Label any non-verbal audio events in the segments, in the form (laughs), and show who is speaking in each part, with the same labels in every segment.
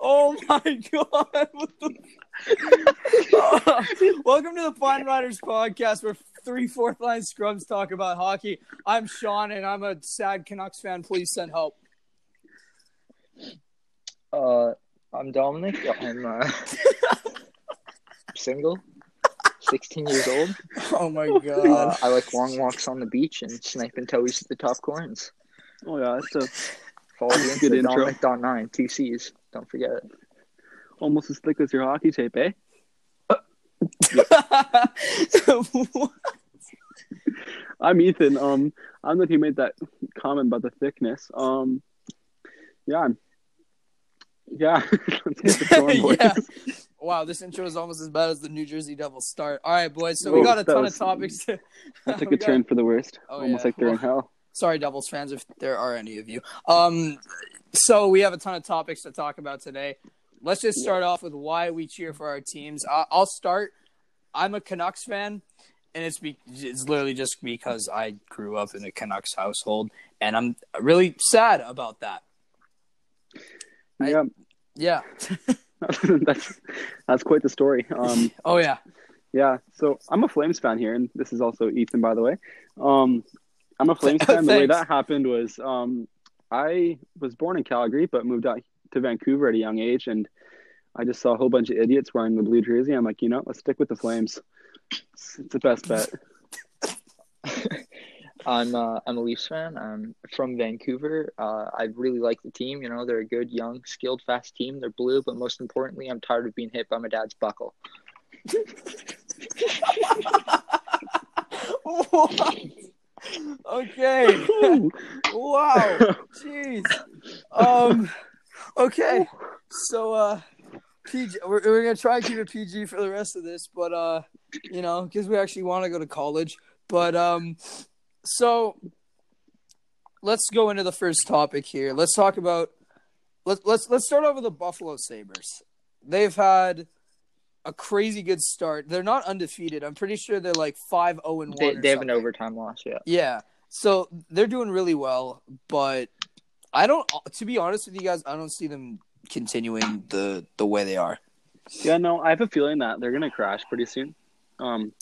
Speaker 1: oh my god! What the... (laughs) Welcome to the Pine Riders podcast, where three fourth line scrubs talk about hockey. I'm Sean, and I'm a sad Canucks fan. Please send help.
Speaker 2: Uh, I'm Dominic. I'm uh, single, 16 years old.
Speaker 1: Oh (laughs) my
Speaker 2: Uh,
Speaker 1: god!
Speaker 2: I like long walks on the beach and sniping towies at the top corns.
Speaker 3: Oh yeah, that's a,
Speaker 2: Follow the
Speaker 3: Good
Speaker 2: Insta,
Speaker 3: intro.
Speaker 2: Dominic Dot Nine, two C's. Don't forget it.
Speaker 3: almost as thick as your hockey tape, eh? I'm Ethan. Um, I'm the one who made that comment about the thickness. Um, yeah, I'm- yeah. (laughs) Let's
Speaker 1: (laughs)
Speaker 3: get this going, boys.
Speaker 1: Yeah. wow, this intro is almost as bad as the New Jersey Devils start. All right, boys. So we
Speaker 3: Whoa,
Speaker 1: got a
Speaker 3: Oh, that
Speaker 1: ton
Speaker 3: was-
Speaker 1: of topics. To...
Speaker 3: That
Speaker 1: (laughs)
Speaker 3: took
Speaker 1: we
Speaker 3: a
Speaker 1: got-
Speaker 3: turn for the worst.
Speaker 1: Oh,
Speaker 3: almost
Speaker 1: yeah.
Speaker 3: like they're in hell.
Speaker 1: Sorry, Devils fans, if there are any of you. Um, so we have a ton of topics to talk about today. Let's just start off with why we cheer for our teams. I- I'll start. I'm a Canucks fan, and it's be- it's literally just because I grew up in a Canucks household, and I'm really sad about that. I-
Speaker 3: yeah, (laughs)
Speaker 1: Yeah.
Speaker 3: that's that's quite the story. Um,
Speaker 1: Oh yeah.
Speaker 3: yeah. So I'm a Flames fan here, and this is also Ethan, by the way. Um, I'm a Flames fan. the way
Speaker 1: Thanks.
Speaker 3: that happened was, um, I was born in Calgary, but moved out to Vancouver at a young age, and I just saw a whole bunch of idiots wearing the blue jersey. I'm like, you know, let's stick with the Flames. It's, it's the best bet.
Speaker 2: I'm uh, I'm a Leafs fan. I'm from Vancouver. Uh, I really like the team. You know, they're a good, young, skilled, fast team. They're blue, but most importantly, I'm tired of being hit by my dad's buckle.
Speaker 1: What? Okay. wow. Jeez. Um. Okay. So, uh, PG. We're, we're gonna try to keep it PG for the rest of this, but uh, you know, because we actually want to go to college. But um, so let's go into the first topic here. Let's talk about let's let's let's start off with the Buffalo Sabers. They've had a crazy good start. They're not undefeated. I'm pretty sure they're like five zero and one.
Speaker 2: They,
Speaker 1: or
Speaker 2: they have an
Speaker 1: something.
Speaker 2: overtime loss. Yeah.
Speaker 1: Yeah. So they're doing really well, but I don't to be honest with you guys, I don't see them continuing the the way they are.
Speaker 3: (laughs) yeah, no, I have a feeling that they're gonna crash pretty soon. Um,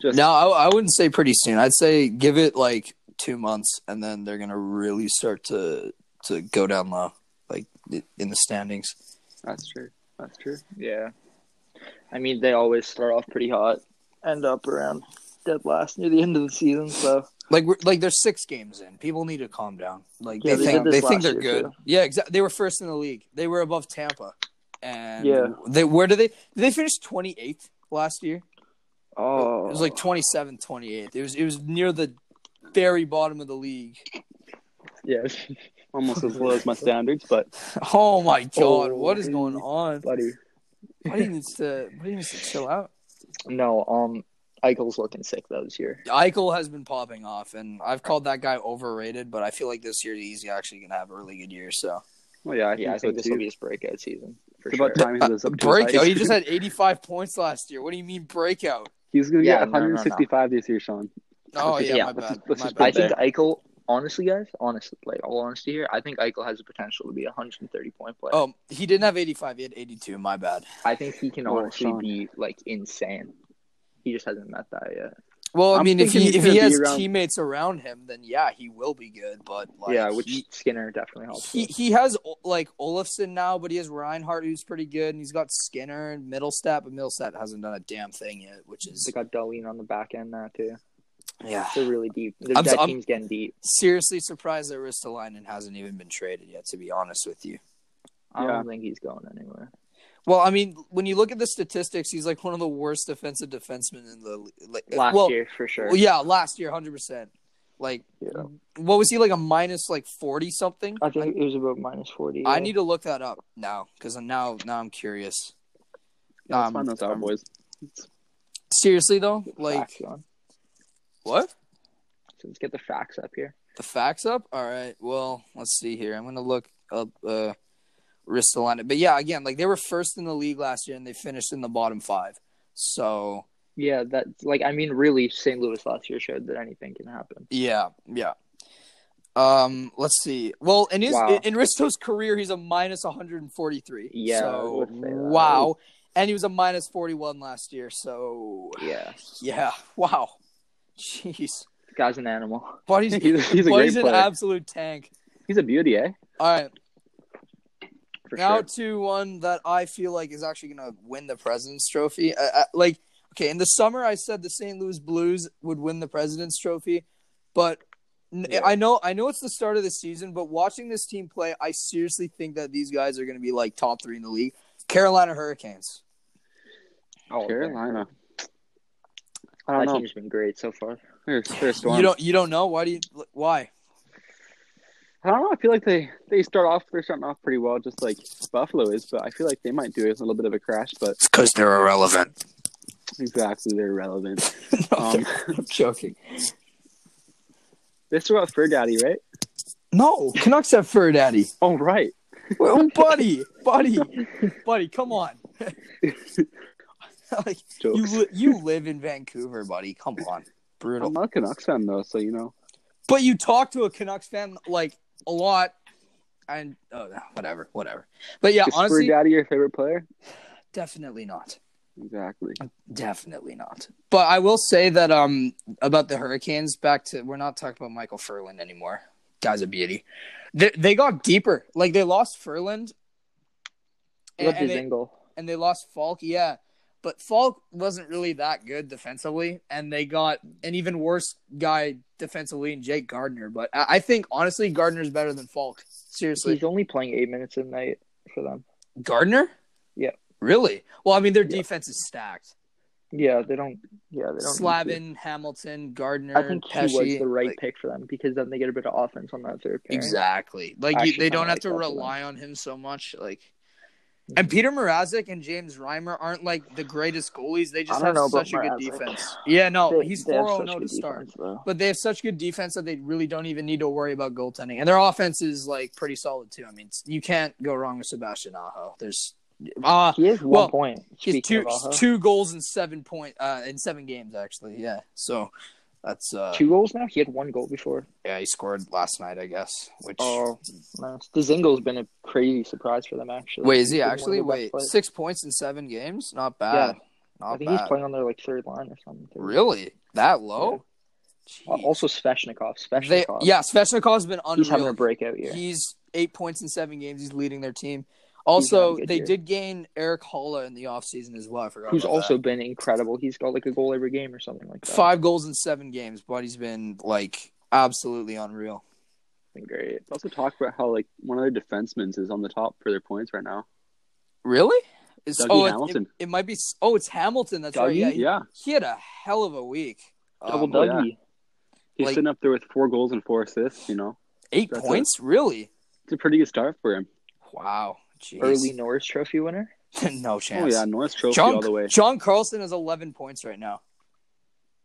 Speaker 3: just
Speaker 1: No, I, I wouldn't say pretty soon. I'd say give it like 2 months and then they're going to really start to to go down low like in the standings.
Speaker 3: that's true. That's true.
Speaker 2: Yeah. I mean, they always start off pretty hot, end up around dead last near the end of the season. So
Speaker 1: Like we're, like there's 6 games in. People need to calm down. Like
Speaker 2: Yeah,
Speaker 1: they
Speaker 2: they
Speaker 1: think
Speaker 2: did
Speaker 1: they
Speaker 2: this
Speaker 1: think
Speaker 2: last
Speaker 1: they're
Speaker 2: year,
Speaker 1: good.
Speaker 2: too.
Speaker 1: Yeah, exactly. They were first in the league. They were above Tampa. And
Speaker 2: Yeah.
Speaker 1: they where do they did they finish 28th last year?
Speaker 2: oh,
Speaker 1: It was like 27th, 28th. It was it was near the very bottom of the league. (laughs)
Speaker 2: yeah,
Speaker 3: (laughs) Almost as low as my standards, but
Speaker 1: Oh my god,
Speaker 2: Oh,
Speaker 1: what is going
Speaker 2: dude.
Speaker 1: on?
Speaker 2: buddy.
Speaker 1: Buddy needs to Buddy needs to chill out.
Speaker 2: No, um, Eichel's looking sick though this year.
Speaker 1: Eichel has been popping off, and I've called that guy overrated, but I feel like this year he's actually gonna have a really good year. So
Speaker 3: well, yeah, I think,
Speaker 2: Yeah, I think
Speaker 3: so
Speaker 2: this
Speaker 3: too.
Speaker 2: will be his breakout season. For
Speaker 3: It's
Speaker 2: sure.
Speaker 3: about time he
Speaker 1: (laughs)
Speaker 3: lives up to his
Speaker 1: breakout.
Speaker 3: hype.
Speaker 1: He Oh, just had 85 points last year. What do you mean breakout?
Speaker 3: He's gonna
Speaker 2: Yeah,
Speaker 3: get
Speaker 2: no, no, no.
Speaker 3: 165 this year, Sean.
Speaker 1: Oh
Speaker 2: just-
Speaker 1: yeah,
Speaker 2: yeah,
Speaker 1: my
Speaker 3: let's
Speaker 1: bad.
Speaker 3: just- let's
Speaker 1: my
Speaker 3: just
Speaker 1: bad.
Speaker 2: I
Speaker 3: put
Speaker 2: think Eichel, honestly, guys, honestly, like all honesty here, I think Eichel has the potential to be a 130 point player.
Speaker 1: Oh, he didn't have 85. He had 82. My bad.
Speaker 2: I think he can
Speaker 3: Oh,
Speaker 2: honestly
Speaker 3: Sean.
Speaker 2: be like insane. He just hasn't met that yet.
Speaker 1: Well, I
Speaker 3: I'm
Speaker 1: mean, if he
Speaker 3: thinking he's
Speaker 1: if he
Speaker 3: gonna be
Speaker 1: has
Speaker 3: around-
Speaker 1: teammates around him, then yeah, he will be good. But like,
Speaker 2: yeah, which
Speaker 1: he-
Speaker 2: Skinner definitely helps.
Speaker 1: he
Speaker 2: with.
Speaker 1: he has O- like Olafson now, but he has Reinhardt who's pretty good, and he's got Skinner and Middlestat, but Middlestat hasn't done a damn thing yet, which is
Speaker 2: They got Darlene on the back end now too.
Speaker 1: yeah.
Speaker 2: They're really deep. Their-
Speaker 1: I'm so-
Speaker 2: that
Speaker 1: I'm-
Speaker 2: team's getting deep.
Speaker 1: Seriously surprised that Ristolainen hasn't even been traded yet. To be honest with you,
Speaker 2: I
Speaker 3: Yeah.
Speaker 2: don't think he's going anywhere.
Speaker 1: well, I mean, when you look at the statistics, he's like one of the worst defensive defensemen in the like
Speaker 2: Last
Speaker 1: well,
Speaker 2: year for sure.
Speaker 1: well, yeah, last year, hundred percent. Like,
Speaker 2: Yeah.
Speaker 1: what was he like a minus like forty something?
Speaker 2: I think it was about minus forty.
Speaker 1: I need to look that up now because now now I'm curious.
Speaker 3: Yeah, let's
Speaker 1: Um,
Speaker 3: find those out, boys.
Speaker 1: Seriously though,
Speaker 2: facts
Speaker 1: like
Speaker 2: on.
Speaker 1: what?
Speaker 2: So let's get the facts up here.
Speaker 1: The facts up? All right. Well, let's see here. I'm gonna look up uh Ristolainen. But yeah, again, like they were first in the league last year and they finished in the bottom five. So
Speaker 2: Yeah, that like I mean, really, St. Louis last year showed that anything can happen.
Speaker 1: yeah, yeah. Um, let's see. Well, in his
Speaker 2: Wow.
Speaker 1: in Risto's career, he's a minus 143.
Speaker 2: Yeah, I
Speaker 1: So,
Speaker 2: would say that.
Speaker 1: wow. And he was a minus 41 last year. So
Speaker 2: Yeah,
Speaker 1: yeah. Wow. Jeez.
Speaker 2: guy's an animal.
Speaker 1: Buddy's
Speaker 3: (laughs) (laughs) He's, he's a great
Speaker 1: Buddy's an
Speaker 3: player.
Speaker 1: absolute tank.
Speaker 3: he's a beauty, eh?
Speaker 1: All right.
Speaker 2: For
Speaker 1: now
Speaker 2: sure.
Speaker 1: to one that I feel like is actually going to win the President's Trophy. Uh, uh, like, okay, in the summer I said the St. Louis Blues would win the President's Trophy, but n
Speaker 2: Yeah.
Speaker 1: I I know I know it's the start of the season, but watching this team play, I seriously think that these guys are going to be like top three in the league. Carolina Hurricanes.
Speaker 2: Oh,
Speaker 3: Carolina.
Speaker 2: That
Speaker 3: I don't know.
Speaker 2: team's been great so far.
Speaker 3: They're, they're a storm.
Speaker 1: You don't you don't know why do you why?
Speaker 3: I don't know. I feel like they, they start off. They're starting off pretty well, just like Buffalo is. But I feel like they might do a little bit of a crash. But
Speaker 1: Because they're irrelevant.
Speaker 3: exactly, they're relevant.
Speaker 1: (laughs) no,
Speaker 3: (laughs) Um,
Speaker 1: I'm joking.
Speaker 3: this is about Fur Daddy, right?
Speaker 1: No, Canucks have Fur Daddy.
Speaker 3: Oh, right.
Speaker 1: Well, buddy, buddy, buddy, come on. (laughs) like,
Speaker 3: Jokes.
Speaker 1: you li- you live in Vancouver, buddy. Come on,
Speaker 3: I'm
Speaker 1: brutal.
Speaker 3: not a Canucks fan though, so you know.
Speaker 1: (laughs) But you talk to a Canucks fan like a lot, and oh, no, whatever, whatever. But yeah,
Speaker 3: Is Fur
Speaker 1: honestly,
Speaker 3: Daddy your favorite player?
Speaker 1: definitely not.
Speaker 3: Exactly.
Speaker 1: Definitely not. But I will say that um about the Hurricanes. Back to we're not talking about Michael Furland anymore. Guy's a beauty. They they got deeper. Like they lost Furland.
Speaker 2: What about
Speaker 1: and they-
Speaker 2: Dzingel?
Speaker 1: and they lost Falk. Yeah, but Falk wasn't really that good defensively, and they got an even worse guy defensively in Jake Gardner. But I, I think honestly, Gardner's better than Falk. Seriously,
Speaker 2: He's only playing eight minutes a night for them.
Speaker 1: Gardner?
Speaker 2: Yeah.
Speaker 1: really? Well, I mean, their
Speaker 2: Yeah.
Speaker 1: defense is stacked.
Speaker 2: Yeah, they don't. Yeah, they don't. need
Speaker 1: Slavin, Hamilton, Gardner,
Speaker 2: to. I think he was
Speaker 1: Pesci,
Speaker 2: the right
Speaker 1: like-
Speaker 2: pick for them because then they get a bit of offense on that third pairing.
Speaker 1: Exactly. Like
Speaker 2: I
Speaker 1: you, they
Speaker 2: actually kinda
Speaker 1: don't have
Speaker 2: like
Speaker 1: to
Speaker 2: that for them.
Speaker 1: rely on him so much. Like, and Peter Mrazek and James Reimer aren't like the greatest goalies. They just
Speaker 2: I
Speaker 1: have
Speaker 2: don't know about
Speaker 1: such a good
Speaker 2: Mrazek.
Speaker 1: defense. Yeah, no,
Speaker 2: They-
Speaker 1: Oh, he's
Speaker 2: they have
Speaker 1: 4 0
Speaker 2: such
Speaker 1: to
Speaker 2: good
Speaker 1: start.
Speaker 2: defense, though.
Speaker 1: But they have such good defense that they really don't even need to worry about goaltending. And their offense is like pretty solid too. I mean, it's- you can't go wrong with Sebastian Aho. There's uh
Speaker 2: He has one
Speaker 1: Well,
Speaker 2: point.
Speaker 1: he's
Speaker 2: speaking
Speaker 1: two
Speaker 2: of Aho.
Speaker 1: two goals in seven point uh in seven games actually. Yeah. So that's uh
Speaker 2: Two goals now. He had one goal before.
Speaker 1: yeah, he scored last night, I guess. Which
Speaker 2: Oh, nice. The Zingel's been a crazy surprise for them actually.
Speaker 1: Wait, is he
Speaker 2: He's been one of
Speaker 1: actually
Speaker 2: their best
Speaker 1: wait,
Speaker 2: players.
Speaker 1: 6 points in 7 games? Not bad.
Speaker 2: I
Speaker 1: Not
Speaker 2: think he's
Speaker 1: bad.
Speaker 2: playing on their like third line or something. too.
Speaker 1: Really? That low?
Speaker 2: Uh,
Speaker 1: Jeez.
Speaker 2: Also, Sveshnikov. Sveshnikov.
Speaker 1: they, yeah, Sveshnikov's been unreal.
Speaker 2: he's having a breakout year.
Speaker 1: He's eight points in seven games. He's leading their team. Also,
Speaker 2: having a good
Speaker 1: they
Speaker 2: year.
Speaker 1: did gain Eric Holla in the offseason as well. I forgot.
Speaker 2: who's
Speaker 1: about
Speaker 2: also
Speaker 1: that.
Speaker 2: been incredible. He's got like a goal every game or something like that.
Speaker 1: five goals in seven games, but he's been like absolutely unreal.
Speaker 2: Been great.
Speaker 3: They also talk about how like one of their defensemen is on the top for their points right now.
Speaker 1: Really? It's,
Speaker 3: Dougie
Speaker 1: oh, it-
Speaker 3: Hamilton.
Speaker 1: It, it might be. s- Oh, it's Hamilton. That's right.
Speaker 2: Dougie?
Speaker 1: Yeah, he,
Speaker 3: yeah,
Speaker 1: he had a hell of a week. Um,
Speaker 2: Double
Speaker 3: Oh,
Speaker 2: Dougie.
Speaker 3: he's
Speaker 1: Like-
Speaker 3: sitting up there with four goals and four assists. You know,
Speaker 1: eight
Speaker 3: That's
Speaker 1: points, really?
Speaker 3: it's a pretty good start for him.
Speaker 1: Wow. Jeez.
Speaker 2: Early Norris Trophy winner.
Speaker 1: (laughs) no
Speaker 3: Oh
Speaker 1: chance.
Speaker 3: yeah, Norris Trophy
Speaker 1: John,
Speaker 3: all the way.
Speaker 1: John Carlson has eleven points right now.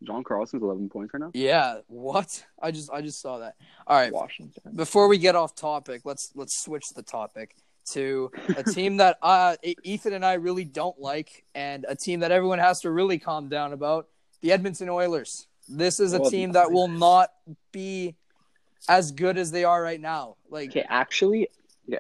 Speaker 3: John Carlson's eleven points right now.
Speaker 1: Yeah. What? I just I just saw that. All right.
Speaker 2: Washington.
Speaker 1: before we get off topic, let's let's switch the topic to a team that (laughs) uh, E- Ethan and I really don't like, and a team that everyone has to really calm down about: the Edmonton Oilers. This is a
Speaker 3: Well,
Speaker 1: team
Speaker 3: Oh, the
Speaker 1: that will not be as good as they are right now. Like,
Speaker 2: Okay, actually, yeah,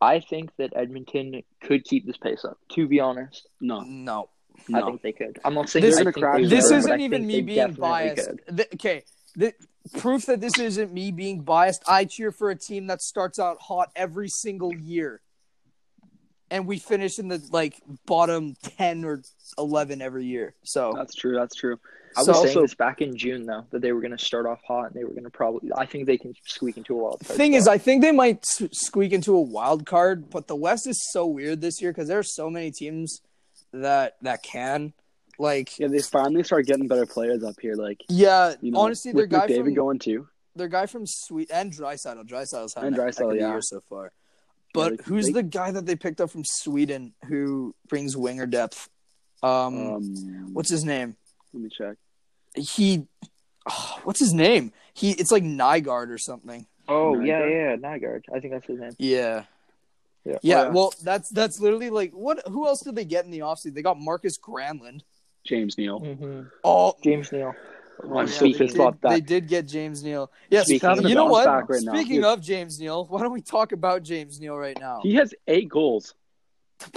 Speaker 2: I think that Edmonton could keep this pace up. To be honest,
Speaker 3: No,
Speaker 1: no,
Speaker 2: I
Speaker 3: no.
Speaker 2: think they could. I'm not saying
Speaker 1: This-
Speaker 2: I
Speaker 3: They're
Speaker 2: think
Speaker 3: gonna
Speaker 2: they
Speaker 3: crash.
Speaker 2: will,
Speaker 1: this
Speaker 3: Sure.
Speaker 2: but
Speaker 1: isn't
Speaker 2: I
Speaker 1: even
Speaker 2: think
Speaker 1: me
Speaker 2: they
Speaker 1: being
Speaker 2: definitely
Speaker 1: biased.
Speaker 2: could.
Speaker 1: Th- okay, the proof that this isn't me being biased. I cheer for a team that starts out hot every single year, and we finish in the like bottom ten or eleven every year. So
Speaker 3: That's true. That's true.
Speaker 2: I was
Speaker 1: So-
Speaker 2: saying
Speaker 3: also-
Speaker 2: this back in June though that they were going to start off hot and they were going to probably. I think they can squeak into a wild
Speaker 1: the
Speaker 2: card.
Speaker 1: thing is,
Speaker 2: spot.
Speaker 1: I think they might s- squeak into a wild card, but the West is so weird this year because there are so many teams that that can like.
Speaker 3: Yeah, they finally start getting better players up here. Like
Speaker 1: Yeah,
Speaker 3: you know,
Speaker 1: honestly, their
Speaker 3: with
Speaker 1: guy
Speaker 3: McDavid
Speaker 1: from
Speaker 3: going too.
Speaker 1: their guy from Sweet and Drysaddle. Drysaddle's had
Speaker 3: And
Speaker 1: a heck of
Speaker 3: Draisaitl,
Speaker 1: a
Speaker 3: yeah.
Speaker 1: year so far. But
Speaker 3: Yeah, they-
Speaker 1: who's
Speaker 3: they-
Speaker 1: the guy that they picked up from Sweden who brings winger depth? Um,
Speaker 3: Um,
Speaker 1: what's his name?
Speaker 3: Let me check.
Speaker 1: He, oh, what's his name? He, it's like Nygard or something.
Speaker 2: oh yeah,
Speaker 3: Nygaard?
Speaker 2: yeah, Nygaard. I think that's his name.
Speaker 1: Yeah.
Speaker 2: Yeah.
Speaker 1: Yeah,
Speaker 3: Oh, yeah.
Speaker 1: well, that's that's literally like what? Who else did they get in the offseason? They got Marcus Granlund.
Speaker 3: James Neal.
Speaker 2: Mhm.
Speaker 1: Oh,
Speaker 2: James Neal. I'm
Speaker 1: yeah,
Speaker 2: speaking-
Speaker 1: they,
Speaker 3: Just bought
Speaker 1: did,
Speaker 3: that.
Speaker 1: they did get James Neal. Yes,
Speaker 2: Speaking
Speaker 1: Calvin,
Speaker 2: of
Speaker 1: you know
Speaker 3: bounce
Speaker 1: what?
Speaker 3: back right now,
Speaker 1: Speaking
Speaker 3: dude.
Speaker 1: of James Neal, why don't we talk about James Neal right now?
Speaker 3: He has eight goals.
Speaker 1: (laughs)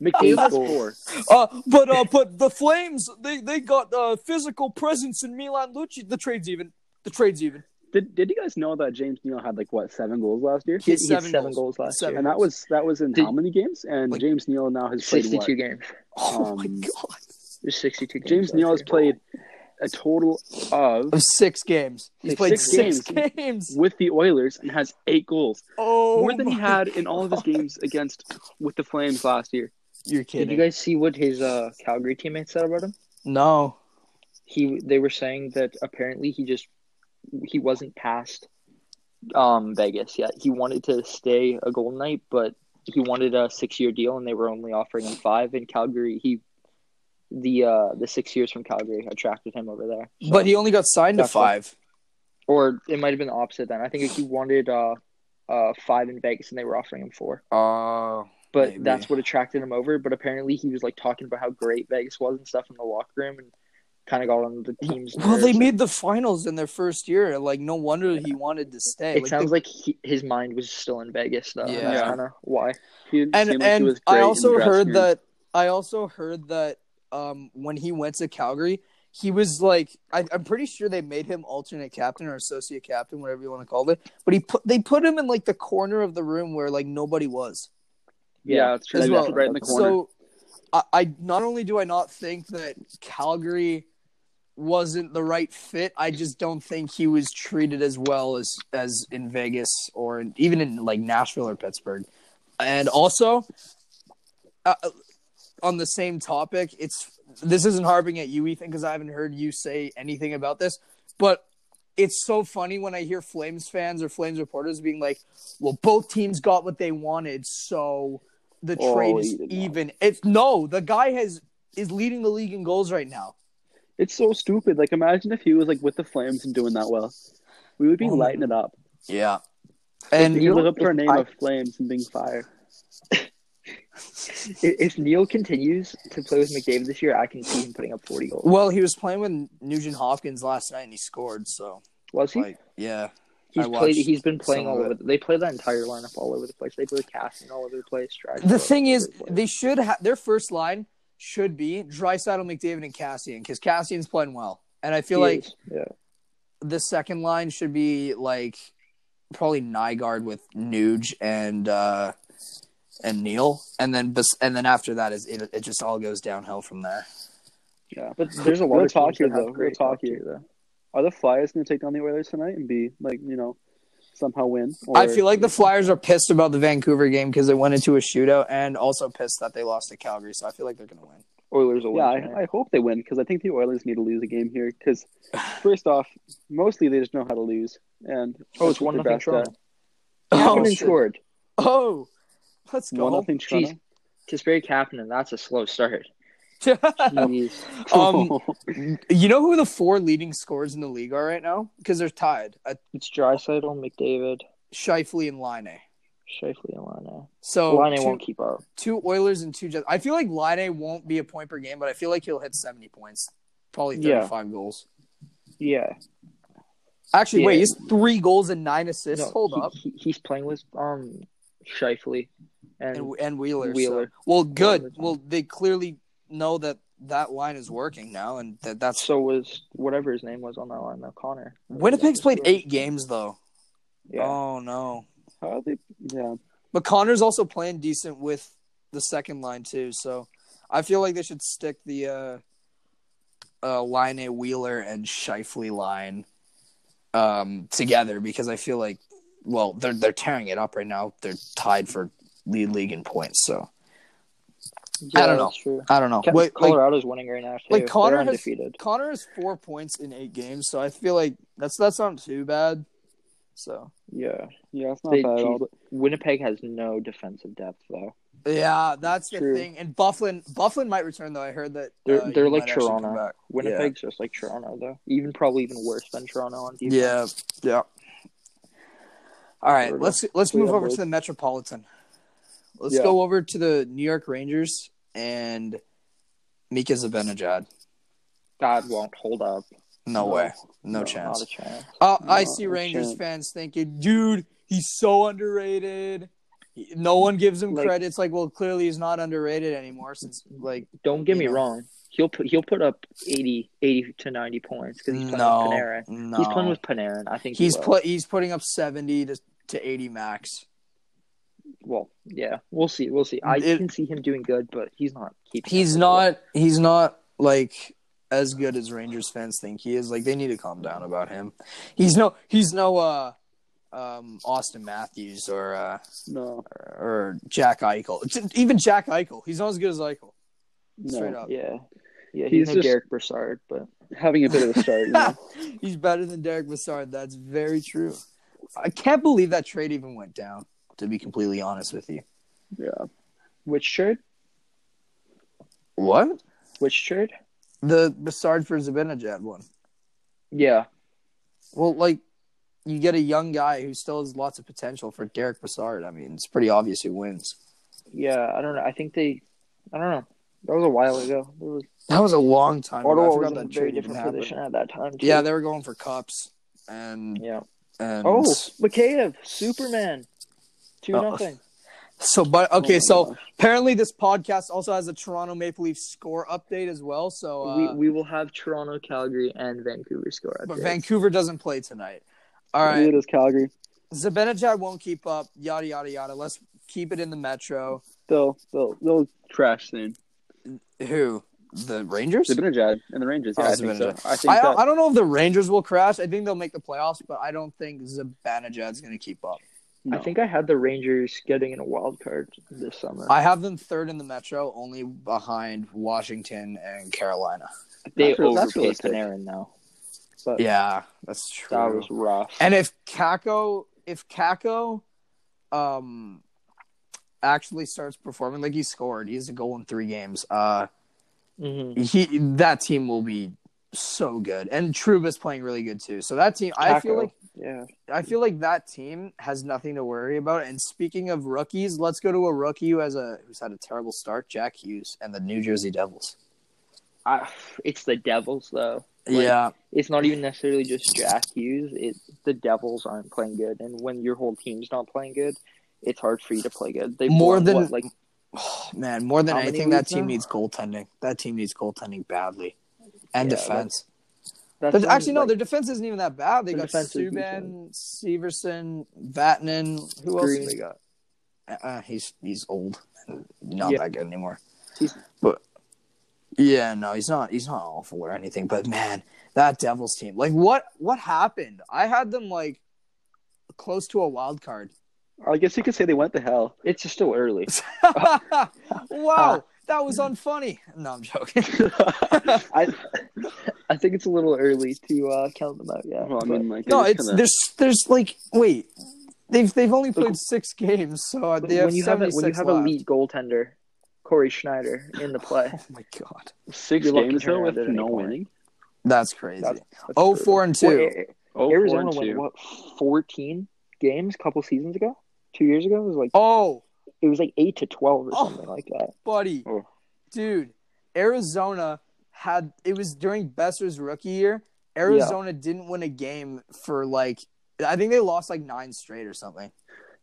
Speaker 3: McDavid has
Speaker 2: goals.
Speaker 3: four.
Speaker 1: Uh, but (laughs) uh, but the Flames they they got uh, physical presence in Milan Lucic. The trade's even. The trade's even.
Speaker 3: Did Did you guys know that James Neal had like what seven goals last year?
Speaker 1: He had
Speaker 2: He had
Speaker 1: seven
Speaker 2: seven
Speaker 1: goals.
Speaker 2: goals last
Speaker 1: Seven.
Speaker 2: year.
Speaker 3: And that was that was in
Speaker 2: Did-
Speaker 3: how many games? And
Speaker 1: Like-
Speaker 3: James Neal now has played what?
Speaker 2: Sixty-two games.
Speaker 1: Oh my
Speaker 3: Um,
Speaker 1: god!
Speaker 2: There's sixty-two games.
Speaker 3: James
Speaker 2: last
Speaker 3: Neal has
Speaker 2: year.
Speaker 3: played a total of
Speaker 1: Of six games, he's
Speaker 3: Like
Speaker 1: played six,
Speaker 3: six
Speaker 1: games.
Speaker 3: games. with the Oilers and has eight goals,
Speaker 1: Oh,
Speaker 3: more than he
Speaker 1: my-
Speaker 3: had in all
Speaker 1: (laughs)
Speaker 3: of his games against with the Flames last year.
Speaker 1: You're kidding?
Speaker 2: Did you guys see what his uh, Calgary teammates said about him?
Speaker 1: no.
Speaker 2: He they were saying that apparently he just he wasn't past um, Vegas yet. He wanted to stay a Golden Knight, but he wanted a six-year deal, and they were only offering him five. In Calgary, he the uh, the six years from Calgary attracted him over there. So-
Speaker 1: But he only got signed to
Speaker 2: That's what-
Speaker 1: five.
Speaker 2: or it might have been the opposite. Then I think he wanted uh, uh, five in Vegas, and they were offering him four.
Speaker 1: Oh,
Speaker 2: but
Speaker 1: Maybe.
Speaker 2: that's what attracted him over. But apparently, he was like talking about how great Vegas was and stuff in the locker room, and kind of got on the team's.
Speaker 1: well, they
Speaker 2: nerves.
Speaker 1: made the finals in their first year. Like, no wonder he wanted to stay.
Speaker 2: It
Speaker 1: Like,
Speaker 2: sounds
Speaker 1: the-
Speaker 2: like he, his mind was still in Vegas, though.
Speaker 1: Yeah.
Speaker 2: Yeah, that's kind of why.
Speaker 3: He didn't
Speaker 1: and
Speaker 3: seem like he
Speaker 1: and
Speaker 3: was great
Speaker 1: I
Speaker 3: in the
Speaker 1: also
Speaker 3: dressing
Speaker 1: heard
Speaker 3: room.
Speaker 1: that I also heard that um when he went to Calgary, he was like I, I'm pretty sure they made him alternate captain or associate captain, whatever you want to call it. But he put they put him in like the corner of the room where like nobody was.
Speaker 3: yeah, it's true.
Speaker 1: as
Speaker 3: He's
Speaker 1: well.
Speaker 3: right in the corner.
Speaker 1: So I, I not only do I not think that Calgary wasn't the right fit, I just don't think he was treated as well as as in Vegas or in, even in like Nashville or Pittsburgh. And also uh, on the same topic, it's this isn't harping at you Ethan because I haven't heard you say anything about this, but it's so funny when I hear Flames fans or Flames reporters being like, "Well, both teams got what they wanted, so the
Speaker 3: Oh,
Speaker 1: trade is
Speaker 3: Ethan, no.
Speaker 1: even." It's no, the guy has is leading the league in goals right now.
Speaker 3: It's so stupid. Like, imagine if he was like with the Flames and doing that well, we would be
Speaker 1: Oh.
Speaker 3: lighting it up.
Speaker 1: Yeah, and
Speaker 3: You,
Speaker 2: You know,
Speaker 3: live up to our
Speaker 2: if
Speaker 3: name
Speaker 2: I-
Speaker 3: of Flames and being fired.
Speaker 2: If- If Neil continues to play with McDavid this year, I can see him putting up forty goals.
Speaker 1: well, he was playing with Nugent Hopkins last night and he scored. So
Speaker 2: Was he?
Speaker 1: like, yeah,
Speaker 2: he's
Speaker 1: I watched
Speaker 2: played. He's been playing
Speaker 1: some
Speaker 2: all
Speaker 1: of
Speaker 2: over. The, they play that entire lineup all over the place. They play Casting all over the place. Drysdale all
Speaker 1: the
Speaker 2: over
Speaker 1: thing is,
Speaker 2: place.
Speaker 1: they should have their first line should be Drysaddle, McDavid, and Cassian because Cassian's playing well, and I feel
Speaker 2: He
Speaker 1: like.
Speaker 2: is, yeah.
Speaker 1: the second line should be like probably Nygaard with Nuge and uh and Neil, and then bes- and then after that is it, it just all goes downhill from there.
Speaker 3: Yeah.
Speaker 2: But there's a lot
Speaker 3: Real
Speaker 2: of
Speaker 3: talk
Speaker 2: teams
Speaker 3: here,
Speaker 2: that have
Speaker 3: though. Real
Speaker 2: great
Speaker 3: talk
Speaker 2: top tier,
Speaker 3: here.
Speaker 2: though.
Speaker 3: Are the Flyers going to take down the Oilers tonight and be like, you know, somehow win?
Speaker 1: I
Speaker 3: Or-
Speaker 1: feel like the Flyers are pissed about the Vancouver game because they went into a shootout, and also pissed that they lost to Calgary. So I feel like they're gonna win.
Speaker 2: Oilers will
Speaker 3: Yeah,
Speaker 2: win. tonight.
Speaker 3: I, I hope they win because I think the Oilers need to lose a game here. Because (sighs) first off, mostly they just know how to lose, and
Speaker 2: oh, it's
Speaker 3: that's
Speaker 2: one
Speaker 3: what they're
Speaker 2: nothing
Speaker 3: best at.
Speaker 2: Toronto.
Speaker 1: Oh,
Speaker 2: Kapanen
Speaker 1: shit.
Speaker 2: scored.
Speaker 1: Oh, let's
Speaker 3: One
Speaker 1: go. (laughs)
Speaker 3: nothing Toronto.
Speaker 2: Jeez. Kasperi Kapanen. That's a slow (laughs) start. Jeez.
Speaker 1: um,
Speaker 3: (laughs)
Speaker 1: you know who the four leading scorers in the league are right now? Because they're tied: uh,
Speaker 2: It's Drysaitel, McDavid,
Speaker 1: Shifley and Line.
Speaker 2: Shifley, and Lana.
Speaker 1: So
Speaker 2: Lana
Speaker 1: Oh, two-
Speaker 2: won't keep up.
Speaker 1: two Oilers and two Jets. I feel like Line won't be a point per game, but I feel like he'll hit seventy points, probably
Speaker 3: Yeah.
Speaker 1: thirty-five goals.
Speaker 2: Yeah.
Speaker 1: Actually,
Speaker 2: Yeah.
Speaker 1: wait, he's three goals and nine assists.
Speaker 2: No,
Speaker 1: Hold
Speaker 2: he-
Speaker 1: up,
Speaker 2: he- he's playing with um Shifley, and,
Speaker 1: and, and Wheeler. so-
Speaker 2: Wheeler.
Speaker 1: Well, good.
Speaker 2: Wheeler's on.
Speaker 1: well, they clearly know that that line is working now, and that that's.
Speaker 2: so was whatever his name was on that line, though, Connor.
Speaker 1: Winnipeg's played eight games though.
Speaker 2: Yeah.
Speaker 1: Oh no,
Speaker 3: how are they? Yeah,
Speaker 1: but Connor's also playing decent with the second line too. So I feel like they should stick the uh, uh, Line A Wheeler and Shifley line um, together because I feel like, well, they're they're tearing it up right now. They're tied for lead league in points. So
Speaker 2: Yeah,
Speaker 1: I don't know.
Speaker 2: that's true.
Speaker 1: I don't know.
Speaker 2: Ca-
Speaker 1: Wait, like,
Speaker 2: Colorado's winning right now. Too.
Speaker 1: like, Connor
Speaker 2: They're
Speaker 1: has-
Speaker 2: undefeated.
Speaker 1: Connor has four points in eight games, so I feel like that's that's not too bad. So
Speaker 2: Yeah.
Speaker 3: yeah, it's not
Speaker 2: They-
Speaker 3: bad at all.
Speaker 2: geez.
Speaker 3: But
Speaker 2: Winnipeg has no defensive depth though.
Speaker 1: yeah, that's the
Speaker 3: True.
Speaker 1: thing. And Bufflin Bufflin might return though. I heard that
Speaker 2: They're-
Speaker 1: uh,
Speaker 2: they're
Speaker 1: he
Speaker 2: like
Speaker 1: might actually come
Speaker 2: Toronto.
Speaker 1: back.
Speaker 2: Winnipeg's just like Toronto though. Even probably even worse than Toronto on defense.
Speaker 1: Yeah, yeah. All right,
Speaker 2: Brutal.
Speaker 1: let's let's
Speaker 3: So,
Speaker 1: move
Speaker 3: yeah,
Speaker 1: over
Speaker 3: boys.
Speaker 1: to the Metropolitan. Let's
Speaker 3: Yeah.
Speaker 1: go over to the New York Rangers and Mika Zibanejad.
Speaker 2: God won't hold up.
Speaker 1: No,
Speaker 3: No.
Speaker 1: way. No,
Speaker 2: Not
Speaker 1: chance.
Speaker 2: a chance.
Speaker 1: Uh, I
Speaker 3: No,
Speaker 1: see
Speaker 3: no
Speaker 1: Rangers
Speaker 3: chance.
Speaker 1: fans thinking, dude, he's so underrated. He- No one gives him
Speaker 2: Like-
Speaker 1: credit. It's like, well, clearly he's not underrated anymore since, like,
Speaker 2: Don't get me
Speaker 1: Yeah.
Speaker 2: wrong. He'll put he'll put up 80, 80 to ninety points because he's playing with
Speaker 1: no,
Speaker 2: Panarin.
Speaker 1: no.
Speaker 2: He's playing with Panarin. I think
Speaker 1: he's
Speaker 2: he will.
Speaker 1: put he's putting up seventy to to eighty max.
Speaker 2: well. Yeah, we'll see. We'll see. I
Speaker 1: It-
Speaker 2: can see him doing good, but he's not keeping.
Speaker 1: He's
Speaker 2: up with
Speaker 1: not he's not like as good as Rangers fans think he is. Like they need to calm down about him. He's no he's no uh um Austin Matthews or uh
Speaker 3: No,
Speaker 1: or Jack Eichel. Even Jack Eichel. He's not as good as Eichel.
Speaker 3: no.
Speaker 1: Straight
Speaker 2: it.
Speaker 1: up.
Speaker 2: Yeah, yeah.
Speaker 3: He's
Speaker 2: He's, no
Speaker 3: just-
Speaker 2: Derek Brassard, but
Speaker 3: Having a bit of
Speaker 1: (laughs)
Speaker 3: a start. you know?
Speaker 1: He's better than Derek Brassard. That's very true. I can't believe that trade even went down. To be completely honest with you,
Speaker 3: yeah.
Speaker 2: which shirt?
Speaker 1: what
Speaker 2: Which shirt?
Speaker 1: the Brassard for Zibanejad one?
Speaker 2: Yeah,
Speaker 1: Well, like you get a young guy who still has lots of potential for Derek Brassard. I mean, it's pretty obvious who wins.
Speaker 2: yeah. I don't know. I think they. I don't know. That was a while ago. It was,
Speaker 1: That was a long time. ago.
Speaker 2: Ottawa
Speaker 1: I
Speaker 2: was
Speaker 1: forgot
Speaker 2: in a
Speaker 1: that
Speaker 2: very
Speaker 1: trade even
Speaker 2: different
Speaker 1: happened.
Speaker 2: position at that time. Too.
Speaker 1: Yeah, they were going for cups and
Speaker 2: yeah.
Speaker 1: and
Speaker 2: Oh, Mikheyev, Superman, two
Speaker 1: Oh.
Speaker 2: nothing.
Speaker 1: so but okay,
Speaker 3: Oh,
Speaker 1: so
Speaker 3: gosh.
Speaker 1: apparently this podcast also has a Toronto Maple Leaf score update as well. So uh,
Speaker 2: we we will have Toronto, Calgary, and Vancouver score.
Speaker 1: but
Speaker 2: updates.
Speaker 1: Vancouver doesn't play tonight. All
Speaker 3: Neither
Speaker 1: right,
Speaker 3: does Calgary.
Speaker 1: Zibanejad won't keep up. Yada yada yada. Let's keep it in the Metro.
Speaker 3: They'll they'll they'll trash soon.
Speaker 1: Who the Rangers?
Speaker 3: Zibanejad and the Rangers. Yeah,
Speaker 1: Oh,
Speaker 3: I think so.
Speaker 1: Zibanejad.
Speaker 3: I think
Speaker 1: I,
Speaker 3: that,
Speaker 1: I don't know if the Rangers will crash. I think they'll make the playoffs, but I don't think Zibanejad's going to keep up.
Speaker 3: no.
Speaker 2: I think I had the Rangers getting in a wild card this summer.
Speaker 1: I have them third in the Metro, only behind Washington and Carolina.
Speaker 2: they
Speaker 3: That's real- that's
Speaker 2: overpaid
Speaker 3: realistic.
Speaker 2: Panarin now.
Speaker 1: Yeah, that's true.
Speaker 2: That was rough.
Speaker 1: And if Kako, if Kako, um, actually starts performing like he scored, he has a goal in three games. Uh,
Speaker 3: Mm-hmm.
Speaker 2: Mhm.
Speaker 1: he that team will be so good, and Truba's playing really good too. So that team, I feel
Speaker 2: Kako.
Speaker 1: like.
Speaker 2: yeah,
Speaker 1: I feel like that team has nothing to worry about. And speaking of rookies, let's go to a rookie who has a who's had a terrible start, Jack Hughes and the New Jersey Devils.
Speaker 2: I, it's the Devils though. Like,
Speaker 1: yeah.
Speaker 2: It's not even necessarily just Jack Hughes. It the Devils aren't playing good, and when your whole team's not playing good, it's hard for you to play good. They
Speaker 1: More
Speaker 2: won,
Speaker 1: than-
Speaker 2: what, like
Speaker 1: Oh, (sighs) man, more than
Speaker 2: How many
Speaker 1: anything, that
Speaker 2: leagues
Speaker 1: team
Speaker 2: now?
Speaker 1: needs goaltending. That team needs goaltending badly. And
Speaker 2: Yeah,
Speaker 1: defense.
Speaker 2: that's
Speaker 1: Their-
Speaker 2: when,
Speaker 1: actually, no,
Speaker 2: like,
Speaker 1: their defense isn't even that bad. They
Speaker 2: Their
Speaker 1: got
Speaker 2: defense is
Speaker 1: Subban, Severson, Vatanen. Who else
Speaker 2: Green.
Speaker 1: do they got? Uh, he's he's old, and not
Speaker 2: Yeah.
Speaker 1: that good anymore.
Speaker 2: He's-
Speaker 1: But yeah, no, he's not. He's not awful or anything. But man, that Devils team, like what what happened? I had them like close to a wild card. (laughs)
Speaker 3: I guess you could say they went to hell.
Speaker 2: it's just still
Speaker 3: (laughs)
Speaker 2: early. Uh,
Speaker 1: wow, that was unfunny. No, I'm
Speaker 2: (laughs)
Speaker 1: joking.
Speaker 2: I I think it's a little early to uh, count them out. Yeah,
Speaker 3: Well, I
Speaker 2: but-
Speaker 3: mean, like
Speaker 1: No,
Speaker 3: they're just
Speaker 1: it's
Speaker 3: kinda-
Speaker 1: there's there's like wait, they've they've only
Speaker 2: Look-
Speaker 1: played six games, so
Speaker 2: But
Speaker 1: they have
Speaker 2: when you have a,
Speaker 1: 76
Speaker 2: when you have
Speaker 1: left.
Speaker 2: a lead goaltender, Corey Schneider in
Speaker 1: (sighs)
Speaker 2: the play,
Speaker 1: (laughs) Oh my god,
Speaker 3: six
Speaker 2: you're lucky
Speaker 3: games though
Speaker 2: Toronto
Speaker 3: with
Speaker 2: didn't
Speaker 3: no
Speaker 2: make one.
Speaker 3: winning.
Speaker 1: that's crazy.
Speaker 2: That's-
Speaker 1: Oh, four and two.
Speaker 2: Well, A-
Speaker 3: Oh,
Speaker 2: Arizona
Speaker 3: four and
Speaker 2: won
Speaker 3: two.
Speaker 2: what fourteen games a couple seasons ago, two years ago. It was like
Speaker 1: oh,
Speaker 2: it was like eight to twelve or
Speaker 1: Oh.
Speaker 2: something like that.
Speaker 1: buddy,
Speaker 3: Oh.
Speaker 1: dude, Arizona had it was during Besser's rookie year. Arizona didn't win a game for like I think they lost like nine straight or something.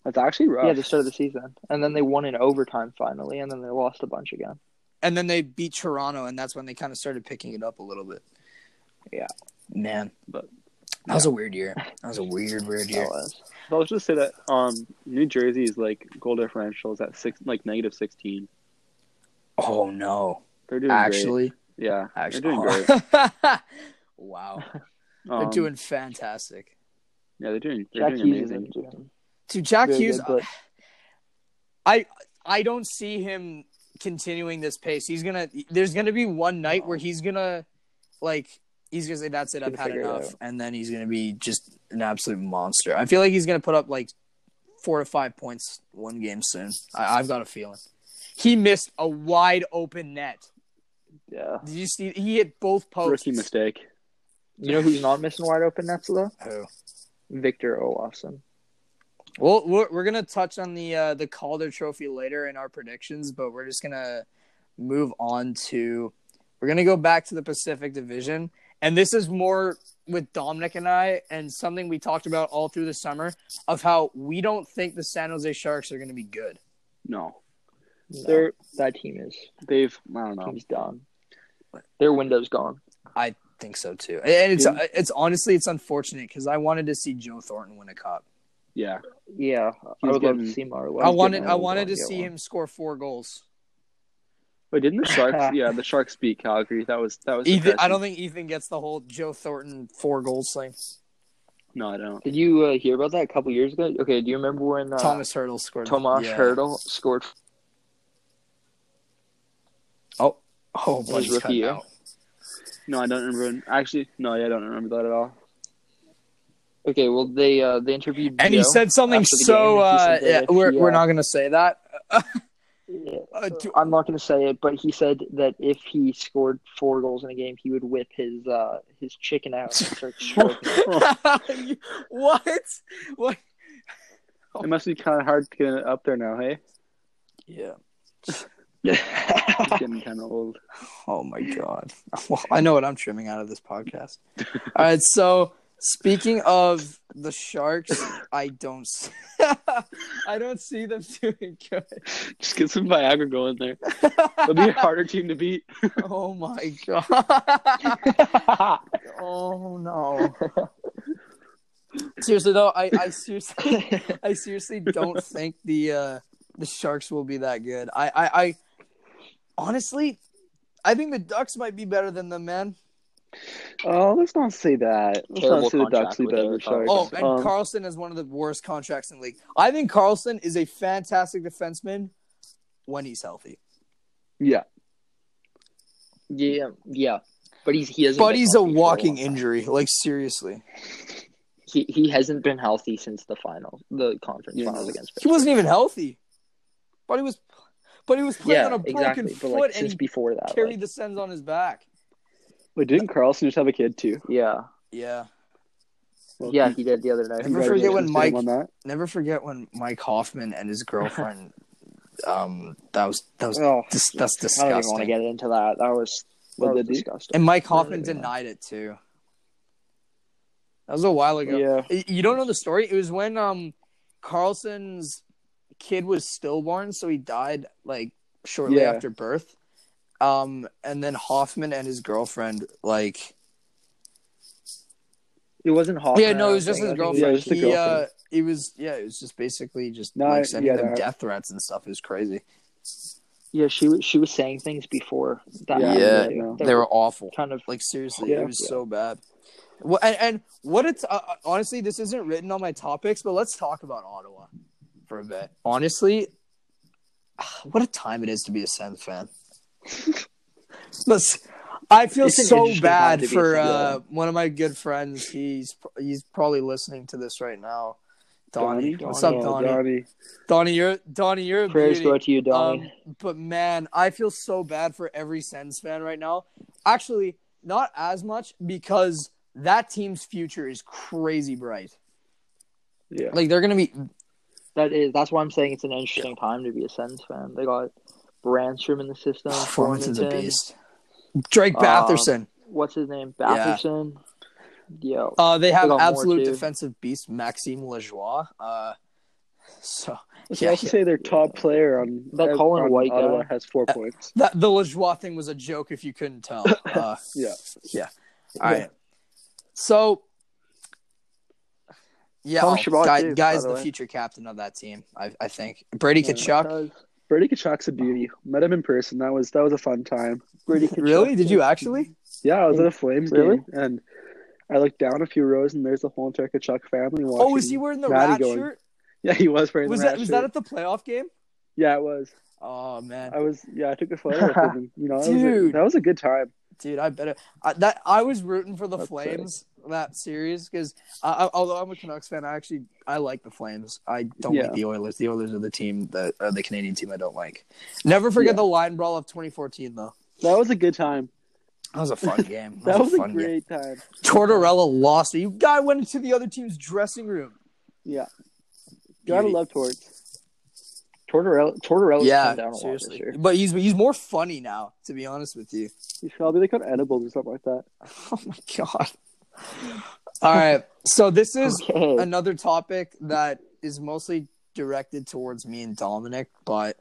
Speaker 3: That's actually rough.
Speaker 2: Yeah, the start of the season, and then they won in overtime finally, and then they lost a bunch again.
Speaker 1: And then they beat Toronto, and that's when they kind of started picking it up a little bit.
Speaker 2: Yeah.
Speaker 1: man,
Speaker 3: But-
Speaker 1: that was a weird year. That was a weird, weird year.
Speaker 2: That was-
Speaker 3: So let's just say that um, New Jersey's like goal differential is at six, like negative sixteen.
Speaker 1: Oh no,
Speaker 3: They're doing
Speaker 1: actually,
Speaker 3: great. yeah,
Speaker 1: actually, (laughs)
Speaker 3: they're doing great.
Speaker 1: wow,
Speaker 3: Um,
Speaker 1: they're doing fantastic.
Speaker 3: yeah, they're doing they're
Speaker 2: Jack
Speaker 3: doing
Speaker 2: Hughes
Speaker 3: amazing.
Speaker 2: isn't doing
Speaker 1: To Jack
Speaker 2: very
Speaker 1: Hughes, uh,
Speaker 2: good, but
Speaker 1: I don't see him continuing this pace. He's gonna. There's gonna be one night where he's gonna, like, he's gonna say, "That's it, I've
Speaker 2: Gonna
Speaker 1: had
Speaker 2: figure it
Speaker 1: enough,"
Speaker 2: out.
Speaker 1: and then he's gonna be just an absolute monster. I feel like he's gonna put up like four to five points one game soon. I, I've got a feeling. He missed a wide open net.
Speaker 2: yeah.
Speaker 1: Did you see? He hit both posts.
Speaker 3: Rookie mistake.
Speaker 2: You know who's not missing wide open nets though?
Speaker 1: Who?
Speaker 2: Victor Olafson.
Speaker 1: Well, we're, we're gonna touch on the uh, the Calder Trophy later in our predictions, but we're just gonna move on to we're gonna go back to the Pacific Division, And this is more with Dominic and I, and something we talked about all through the summer of how we don't think the San Jose Sharks are going to be good.
Speaker 3: No,
Speaker 2: They're, that team is
Speaker 3: they've I don't know.
Speaker 2: team's done. Their window's gone.
Speaker 1: think so too. And it's uh,
Speaker 3: Yeah.
Speaker 1: it's honestly it's unfortunate because I wanted to see Joe Thornton win a cup.
Speaker 3: Yeah,
Speaker 2: Yeah, I
Speaker 3: He's
Speaker 2: would love
Speaker 3: getting-
Speaker 2: to see Marlowe.
Speaker 1: I wanted I wanted to see him score four goals.
Speaker 3: but didn't
Speaker 1: (laughs)
Speaker 3: the Sharks? yeah, the Sharks beat Calgary. That was that was.
Speaker 1: Ethan, I
Speaker 3: depressing.
Speaker 1: don't think Ethan gets the whole Joe Thornton four goals thing.
Speaker 3: No, I don't.
Speaker 2: Did you uh, hear about that a couple years ago? Okay, do you remember when uh, Thomas
Speaker 1: Thomas Hurdle scored. yeah.
Speaker 2: Hurdle scored?
Speaker 1: Oh, buddy's
Speaker 2: rookie
Speaker 1: cutting
Speaker 2: year.
Speaker 1: out.
Speaker 3: No, I don't remember. Actually, no, yeah, I don't remember that at all.
Speaker 1: (laughs)
Speaker 3: (laughs)
Speaker 2: Okay, well they uh, they interviewed
Speaker 1: And
Speaker 2: Joe.
Speaker 1: he said something
Speaker 2: after the
Speaker 1: so.
Speaker 2: game, he
Speaker 1: Uh,
Speaker 2: said that
Speaker 1: yeah,
Speaker 2: if
Speaker 1: we're
Speaker 2: he,
Speaker 1: we're
Speaker 2: uh,
Speaker 1: not gonna say that.
Speaker 2: Yeah, (laughs)
Speaker 1: Uh, do-
Speaker 2: I'm not going to say it, but he said that if he scored four goals in a game, he would whip his uh, his chicken out. And (laughs) start stroking it.
Speaker 1: (laughs) what? What?
Speaker 3: It must be kind of hard to get it up there now, hey?
Speaker 1: Yeah.
Speaker 3: It's getting kind of old.
Speaker 1: Oh my god. (laughs) Well, I know what I'm trimming out of this
Speaker 2: (laughs)
Speaker 1: podcast. All right, so speaking of the Sharks, I don't see, (laughs) I don't see them (laughs) doing good.
Speaker 3: (laughs) Just get some Viagra going there. It'll be a harder team to beat.
Speaker 1: oh
Speaker 2: (laughs)
Speaker 1: my god. Oh
Speaker 2: (laughs)
Speaker 1: no. seriously though, I, I seriously
Speaker 2: (laughs)
Speaker 1: I seriously don't think the uh the Sharks will be that good. I I, I honestly I think the Ducks might be better than them, man.
Speaker 3: Oh, let's not say that. Let's
Speaker 2: Terrible
Speaker 3: not say the
Speaker 2: contract
Speaker 3: Ducks be
Speaker 2: with
Speaker 3: better than
Speaker 2: Eric Carlson.
Speaker 3: Sharks.
Speaker 1: Oh, and
Speaker 3: Um,
Speaker 1: Carlson is one of the worst contracts in the league. I think Carlson is a fantastic defenseman when he's healthy.
Speaker 3: yeah.
Speaker 2: yeah, yeah, but he's he hasn't.
Speaker 1: But
Speaker 2: been
Speaker 1: he's a
Speaker 2: healthy Oh, for
Speaker 1: walking
Speaker 2: long time.
Speaker 1: injury. Like seriously,
Speaker 2: He he hasn't been healthy since the final, the conference
Speaker 3: Yeah.
Speaker 2: finals against.
Speaker 1: he wasn't even healthy. But he was, but he was playing
Speaker 2: yeah,
Speaker 1: on a broken
Speaker 2: exactly.
Speaker 1: foot
Speaker 2: But like
Speaker 1: and
Speaker 2: since
Speaker 1: he
Speaker 2: before that,
Speaker 1: carried
Speaker 2: like,
Speaker 1: the Sens on his back.
Speaker 3: Wait, didn't Carlson just have a kid too?
Speaker 2: yeah,
Speaker 1: Yeah.
Speaker 2: yeah, he did the other night.
Speaker 1: Never forget when
Speaker 3: Congratulations to
Speaker 1: Mike-
Speaker 3: him on that.
Speaker 1: Never forget when Mike Hoffman and his girlfriend.
Speaker 2: (laughs)
Speaker 1: um, that was that was
Speaker 2: Oh,
Speaker 1: dis- that's
Speaker 2: I
Speaker 1: disgusting.
Speaker 2: don't even want to get into that. That was that
Speaker 3: What
Speaker 2: was
Speaker 3: did they do?
Speaker 2: disgusting.
Speaker 1: and Mike Hoffman
Speaker 2: Really, yeah.
Speaker 1: denied it too. That was a while ago.
Speaker 3: Yeah.
Speaker 1: Y- You don't know the story. It was when um Carlson's kid was stillborn, so he died like shortly
Speaker 3: Yeah.
Speaker 1: after birth. Um, and then Hoffman and his girlfriend like
Speaker 2: It wasn't Hoffman.
Speaker 1: yeah, no,
Speaker 2: I
Speaker 1: it
Speaker 2: don't
Speaker 1: was just
Speaker 2: think.
Speaker 1: his
Speaker 2: I think-
Speaker 1: girlfriend.
Speaker 3: Yeah, just the
Speaker 1: he uh,
Speaker 3: girlfriend.
Speaker 1: he was yeah, it was just basically just
Speaker 3: No,
Speaker 1: like sending
Speaker 3: yeah,
Speaker 1: them
Speaker 3: no.
Speaker 1: death threats and stuff. It was crazy.
Speaker 2: Yeah, she was she was saying things before that.
Speaker 3: Yeah,
Speaker 2: happened,
Speaker 3: yeah,
Speaker 2: like,
Speaker 3: no.
Speaker 2: that
Speaker 1: They
Speaker 2: were
Speaker 1: were awful.
Speaker 2: kind of
Speaker 1: Like seriously,
Speaker 3: Yeah.
Speaker 1: it was so bad. Well, and, and what it's uh, uh, honestly, this isn't written on my topics, but let's talk about Ottawa for a bit. Honestly, ah, what a time it is to be a Sens fan. (laughs) Let's. I feel
Speaker 2: It's an
Speaker 1: so
Speaker 2: interesting time
Speaker 1: bad
Speaker 2: to be a
Speaker 1: for
Speaker 2: Sens
Speaker 1: uh, one of my good friends. He's he's probably listening to this right now. Donnie,
Speaker 3: Donnie,
Speaker 1: what's
Speaker 2: Donnie,
Speaker 1: up,
Speaker 3: Oh,
Speaker 1: Donnie? Donnie, you're Donnie, you're a
Speaker 2: prayers
Speaker 1: beauty.
Speaker 2: go to you, Donnie.
Speaker 1: Um, but man, I feel so bad for every Sens fan right now. Actually, not as much because that team's future is crazy bright.
Speaker 3: Yeah.
Speaker 1: Like they're gonna be
Speaker 2: that is that's why I'm saying it's an interesting time to be a Sens fan. They got Branstrom in
Speaker 1: (sighs)
Speaker 2: the system.
Speaker 1: Formanton's Oh, a
Speaker 2: Thornton,
Speaker 1: beast. Drake
Speaker 2: Uh,
Speaker 1: Batherson.
Speaker 2: What's his name?
Speaker 1: Yeah.
Speaker 2: Batherson. Yeah.
Speaker 1: Uh, they have
Speaker 2: got more,
Speaker 1: absolute
Speaker 2: too.
Speaker 1: defensive beast Maxime Lajoie. Uh, (laughs) so
Speaker 3: Let's
Speaker 1: Yeah,
Speaker 3: also
Speaker 1: yeah.
Speaker 3: say their top player on
Speaker 2: That Colin
Speaker 3: on
Speaker 2: White guy.
Speaker 3: Ottawa has four points.
Speaker 1: that the Lajoie thing was a joke if you couldn't tell. Uh,
Speaker 3: Yeah.
Speaker 1: All right. So, yeah,
Speaker 2: Tom
Speaker 1: oh,
Speaker 2: Shabbat
Speaker 1: guy,
Speaker 2: too, by
Speaker 1: guy's
Speaker 2: the
Speaker 1: the
Speaker 2: way.
Speaker 1: future captain of that team. I, I think Brady
Speaker 3: Yeah.
Speaker 1: Kachuk.
Speaker 3: Brady Kachuk's a beauty. Met him in person. That was that was a fun time. (laughs)
Speaker 2: Brady
Speaker 1: Really? Did you actually?
Speaker 3: Yeah, I was at a Flames
Speaker 2: Really?
Speaker 3: game and I looked down a few rows and there's the whole entire Kachuk family watching.
Speaker 1: Oh, was he wearing the
Speaker 3: Maddie
Speaker 1: rat
Speaker 3: going,
Speaker 1: shirt?
Speaker 3: (laughs) Yeah, he was wearing
Speaker 1: Was
Speaker 3: the
Speaker 1: that
Speaker 3: rat
Speaker 1: was
Speaker 3: shirt.
Speaker 1: that at the playoff game?
Speaker 3: Yeah, it was.
Speaker 1: Oh man,
Speaker 3: I was. Yeah, I took a photo with him. You know, that was a-
Speaker 1: Dude.
Speaker 3: that was a good time.
Speaker 1: dude, I bet it, I, that I was rooting for the
Speaker 3: That's sick.
Speaker 1: Flames that series because I, I- although I'm a Canucks fan, I actually I like the Flames. I don't
Speaker 3: Yeah.
Speaker 1: like the Oilers. The Oilers are the team that uh, the Canadian team I don't like. Never forget
Speaker 3: Yeah.
Speaker 1: the line brawl of 2014 though.
Speaker 3: That was a good time.
Speaker 1: That was a (laughs) fun game.
Speaker 3: That was a
Speaker 1: fun game.
Speaker 3: great time.
Speaker 1: Tortorella lost. it. You guy went into the other team's dressing room.
Speaker 3: Yeah, gotta
Speaker 1: Beauty.
Speaker 3: love Torts.
Speaker 2: Tortorella, Tortorella's
Speaker 1: yeah,
Speaker 2: come down a lot this
Speaker 1: seriously.
Speaker 2: year.
Speaker 1: But he's he's more funny now, to be honest with you. (laughs)
Speaker 3: You probably like on edibles or something like that.
Speaker 1: Oh my god. All right. So this is
Speaker 3: Oh.
Speaker 2: Okay.
Speaker 1: another topic that is mostly directed towards me and Dominic, but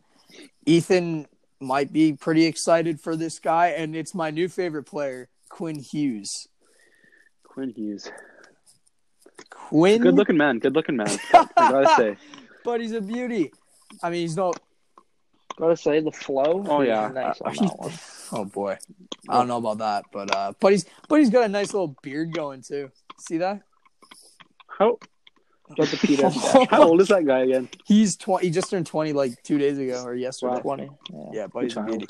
Speaker 1: Ethan might be pretty excited for this guy, and it's my new favorite player, Quinn Hughes.
Speaker 3: Quinn Hughes,
Speaker 1: Quinn,
Speaker 3: good looking man. Good looking man. I gotta
Speaker 1: (laughs)
Speaker 3: say.
Speaker 1: but he's a beauty. I mean, he's no.
Speaker 2: Gotta say the flow.
Speaker 3: Oh,
Speaker 2: was
Speaker 3: yeah.
Speaker 2: nice on
Speaker 1: Uh, he's-
Speaker 2: that one.
Speaker 1: oh boy, I don't know about that, but uh, but he's but he's got a nice little beard going too. See that?
Speaker 3: How
Speaker 2: Got
Speaker 1: (laughs)
Speaker 2: the Peter
Speaker 1: Oh.
Speaker 3: how old is that guy again?
Speaker 1: He's twenty. He just turned twenty like two days ago or yesterday.
Speaker 3: Wow.
Speaker 2: twenty. Yeah.
Speaker 1: Yeah, but he's a
Speaker 3: Child.
Speaker 1: beauty.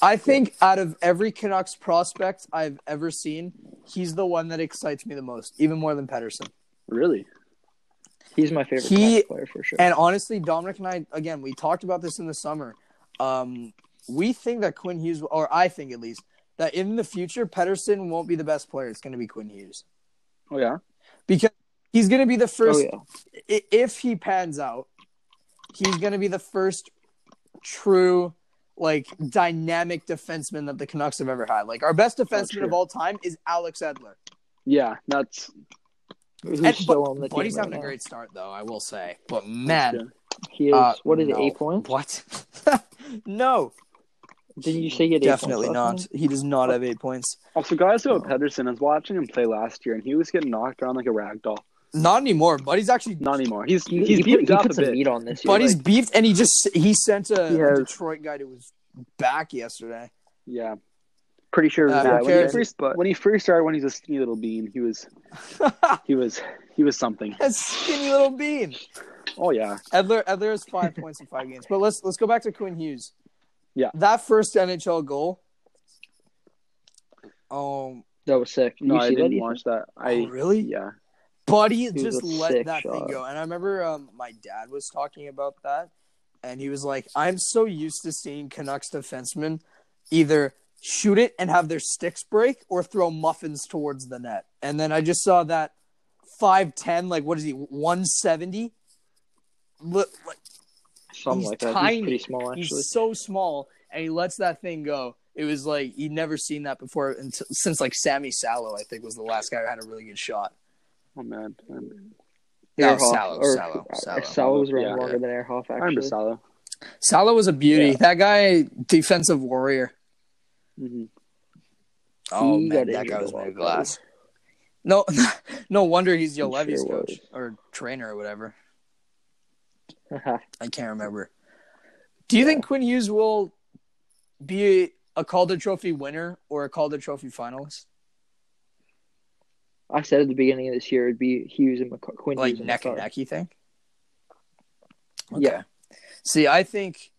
Speaker 1: I think out of every Canucks prospect I've ever seen, he's the one that excites me the most, even more than Pedersen.
Speaker 3: Really?
Speaker 2: He's my favorite
Speaker 1: He-
Speaker 2: Canucks player for sure.
Speaker 1: And honestly, Dominic and I, again, we talked about this in the summer. Um, we think that Quinn Hughes, or I think at least, that in the future, Pedersen won't be the best player. It's going to be Quinn Hughes
Speaker 3: Oh yeah.
Speaker 1: because he's going to be the
Speaker 2: oh
Speaker 1: first
Speaker 2: yeah.
Speaker 1: i- if he pans out, he's going to be the first true, like, dynamic defenseman that the Canucks have ever had. Like, our best
Speaker 2: Oh,
Speaker 1: defenseman
Speaker 3: true.
Speaker 1: of all time is Alex Edler.
Speaker 3: Yeah, that's
Speaker 2: He's
Speaker 1: And-
Speaker 2: still
Speaker 1: but,
Speaker 2: on the
Speaker 1: but
Speaker 2: team
Speaker 1: he's
Speaker 2: right
Speaker 1: having
Speaker 2: now.
Speaker 1: a great start, though, I will say. But, man.
Speaker 2: He is.
Speaker 1: uh,
Speaker 2: what is it?
Speaker 1: no.
Speaker 2: Eight points?
Speaker 1: What? (laughs) no.
Speaker 2: Did you say he had eight
Speaker 1: Definitely
Speaker 2: points
Speaker 1: not.
Speaker 2: last
Speaker 1: He does not have eight points.
Speaker 3: also guys
Speaker 1: Oh.
Speaker 3: who have Pedersen. I was watching him play last year and he was getting knocked around like a rag doll.
Speaker 1: Not anymore. Buddy's actually.
Speaker 3: Not anymore. He's
Speaker 2: night? He,
Speaker 3: he's
Speaker 2: he, put,
Speaker 3: beefed
Speaker 2: he
Speaker 3: up
Speaker 2: put
Speaker 3: a
Speaker 2: some
Speaker 3: bit.
Speaker 2: meat on this. year,
Speaker 1: Buddy's
Speaker 2: like,
Speaker 1: beefed, and he just he sent a
Speaker 2: He has-
Speaker 1: Detroit guy to his back yesterday. (laughs)
Speaker 3: Yeah.
Speaker 2: pretty sure. it was
Speaker 1: Uh,
Speaker 2: that
Speaker 3: yeah when, he
Speaker 1: cares?
Speaker 2: weekend,
Speaker 3: first,
Speaker 2: but
Speaker 3: when he first started when he was a skinny little bean, he was he was he was something.
Speaker 1: a skinny little bean.
Speaker 3: Oh yeah.
Speaker 1: Edler Edler has five points in five games. But let's let's go back to Quinn Hughes.
Speaker 3: Yeah.
Speaker 1: That first NHL goal. Um
Speaker 2: that was sick.
Speaker 3: No,
Speaker 2: you
Speaker 3: I
Speaker 2: see that?
Speaker 3: didn't
Speaker 2: Ethan?
Speaker 3: watch that. I
Speaker 1: oh, really?
Speaker 3: yeah.
Speaker 1: Buddy
Speaker 2: was
Speaker 1: just
Speaker 2: a
Speaker 1: let
Speaker 2: sick
Speaker 1: that thing
Speaker 2: shot.
Speaker 1: go. And I remember um, my dad was talking about that and he was like, I'm so used to seeing Canucks defensemen either shoot it and have their sticks break or throw muffins towards the net. And then I just saw that 5'10, like what is he, 170? Look,
Speaker 2: Something
Speaker 1: He's
Speaker 2: like that.
Speaker 1: tiny.
Speaker 2: He's pretty small actually.
Speaker 1: He's so small, and he lets that thing go. It was like he'd never seen that before until, since like Sammy Sallow, I think, was the last guy who had a really good shot.
Speaker 3: Oh man. I'm-
Speaker 1: No,
Speaker 2: Airhoff-
Speaker 1: Sallow,
Speaker 2: or-
Speaker 1: Sallow, Sallow.
Speaker 2: Sallow was around
Speaker 3: Yeah.
Speaker 2: longer than Airhoff
Speaker 3: I remember
Speaker 2: actually.
Speaker 3: Salo.
Speaker 1: Sallow was a beauty.
Speaker 3: Yeah.
Speaker 1: That guy, defensive warrior.
Speaker 3: Mhm.
Speaker 1: Oh
Speaker 2: He
Speaker 1: man,
Speaker 2: got
Speaker 1: that
Speaker 2: injured
Speaker 1: guy
Speaker 2: a
Speaker 1: was
Speaker 2: lot,
Speaker 1: made of glass. No, (laughs) no wonder he's
Speaker 2: sure
Speaker 1: Yolevi's coach
Speaker 2: was.
Speaker 1: or trainer or whatever.
Speaker 2: Haha.
Speaker 1: I can't remember. Do you think Quinn Hughes will be a Calder Trophy winner or a Calder Trophy finalist?
Speaker 2: (laughs) I said at the beginning of this year it'd be Hughes and McCarr. Quinn
Speaker 1: like
Speaker 2: Hughes and
Speaker 1: neck and
Speaker 2: McCarr.
Speaker 1: neck, you think?
Speaker 2: Yeah.
Speaker 1: Okay. See, I think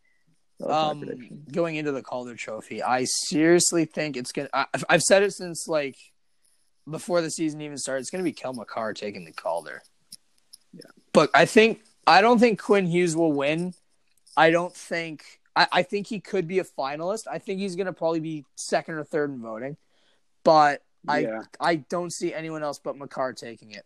Speaker 2: That was my
Speaker 1: um,
Speaker 2: prediction.
Speaker 1: going into the Calder Trophy, I seriously think it's gonna. I, I've- I've said it since like before the season even started. It's gonna be Kel McCarr taking the Calder.
Speaker 3: Yeah.
Speaker 1: But I think I don't think Quinn Hughes will win. I don't think. I, I think he could be a finalist. I think he's gonna probably be second or third in voting, but I
Speaker 3: yeah.
Speaker 1: I don't see anyone else but McCarr taking it.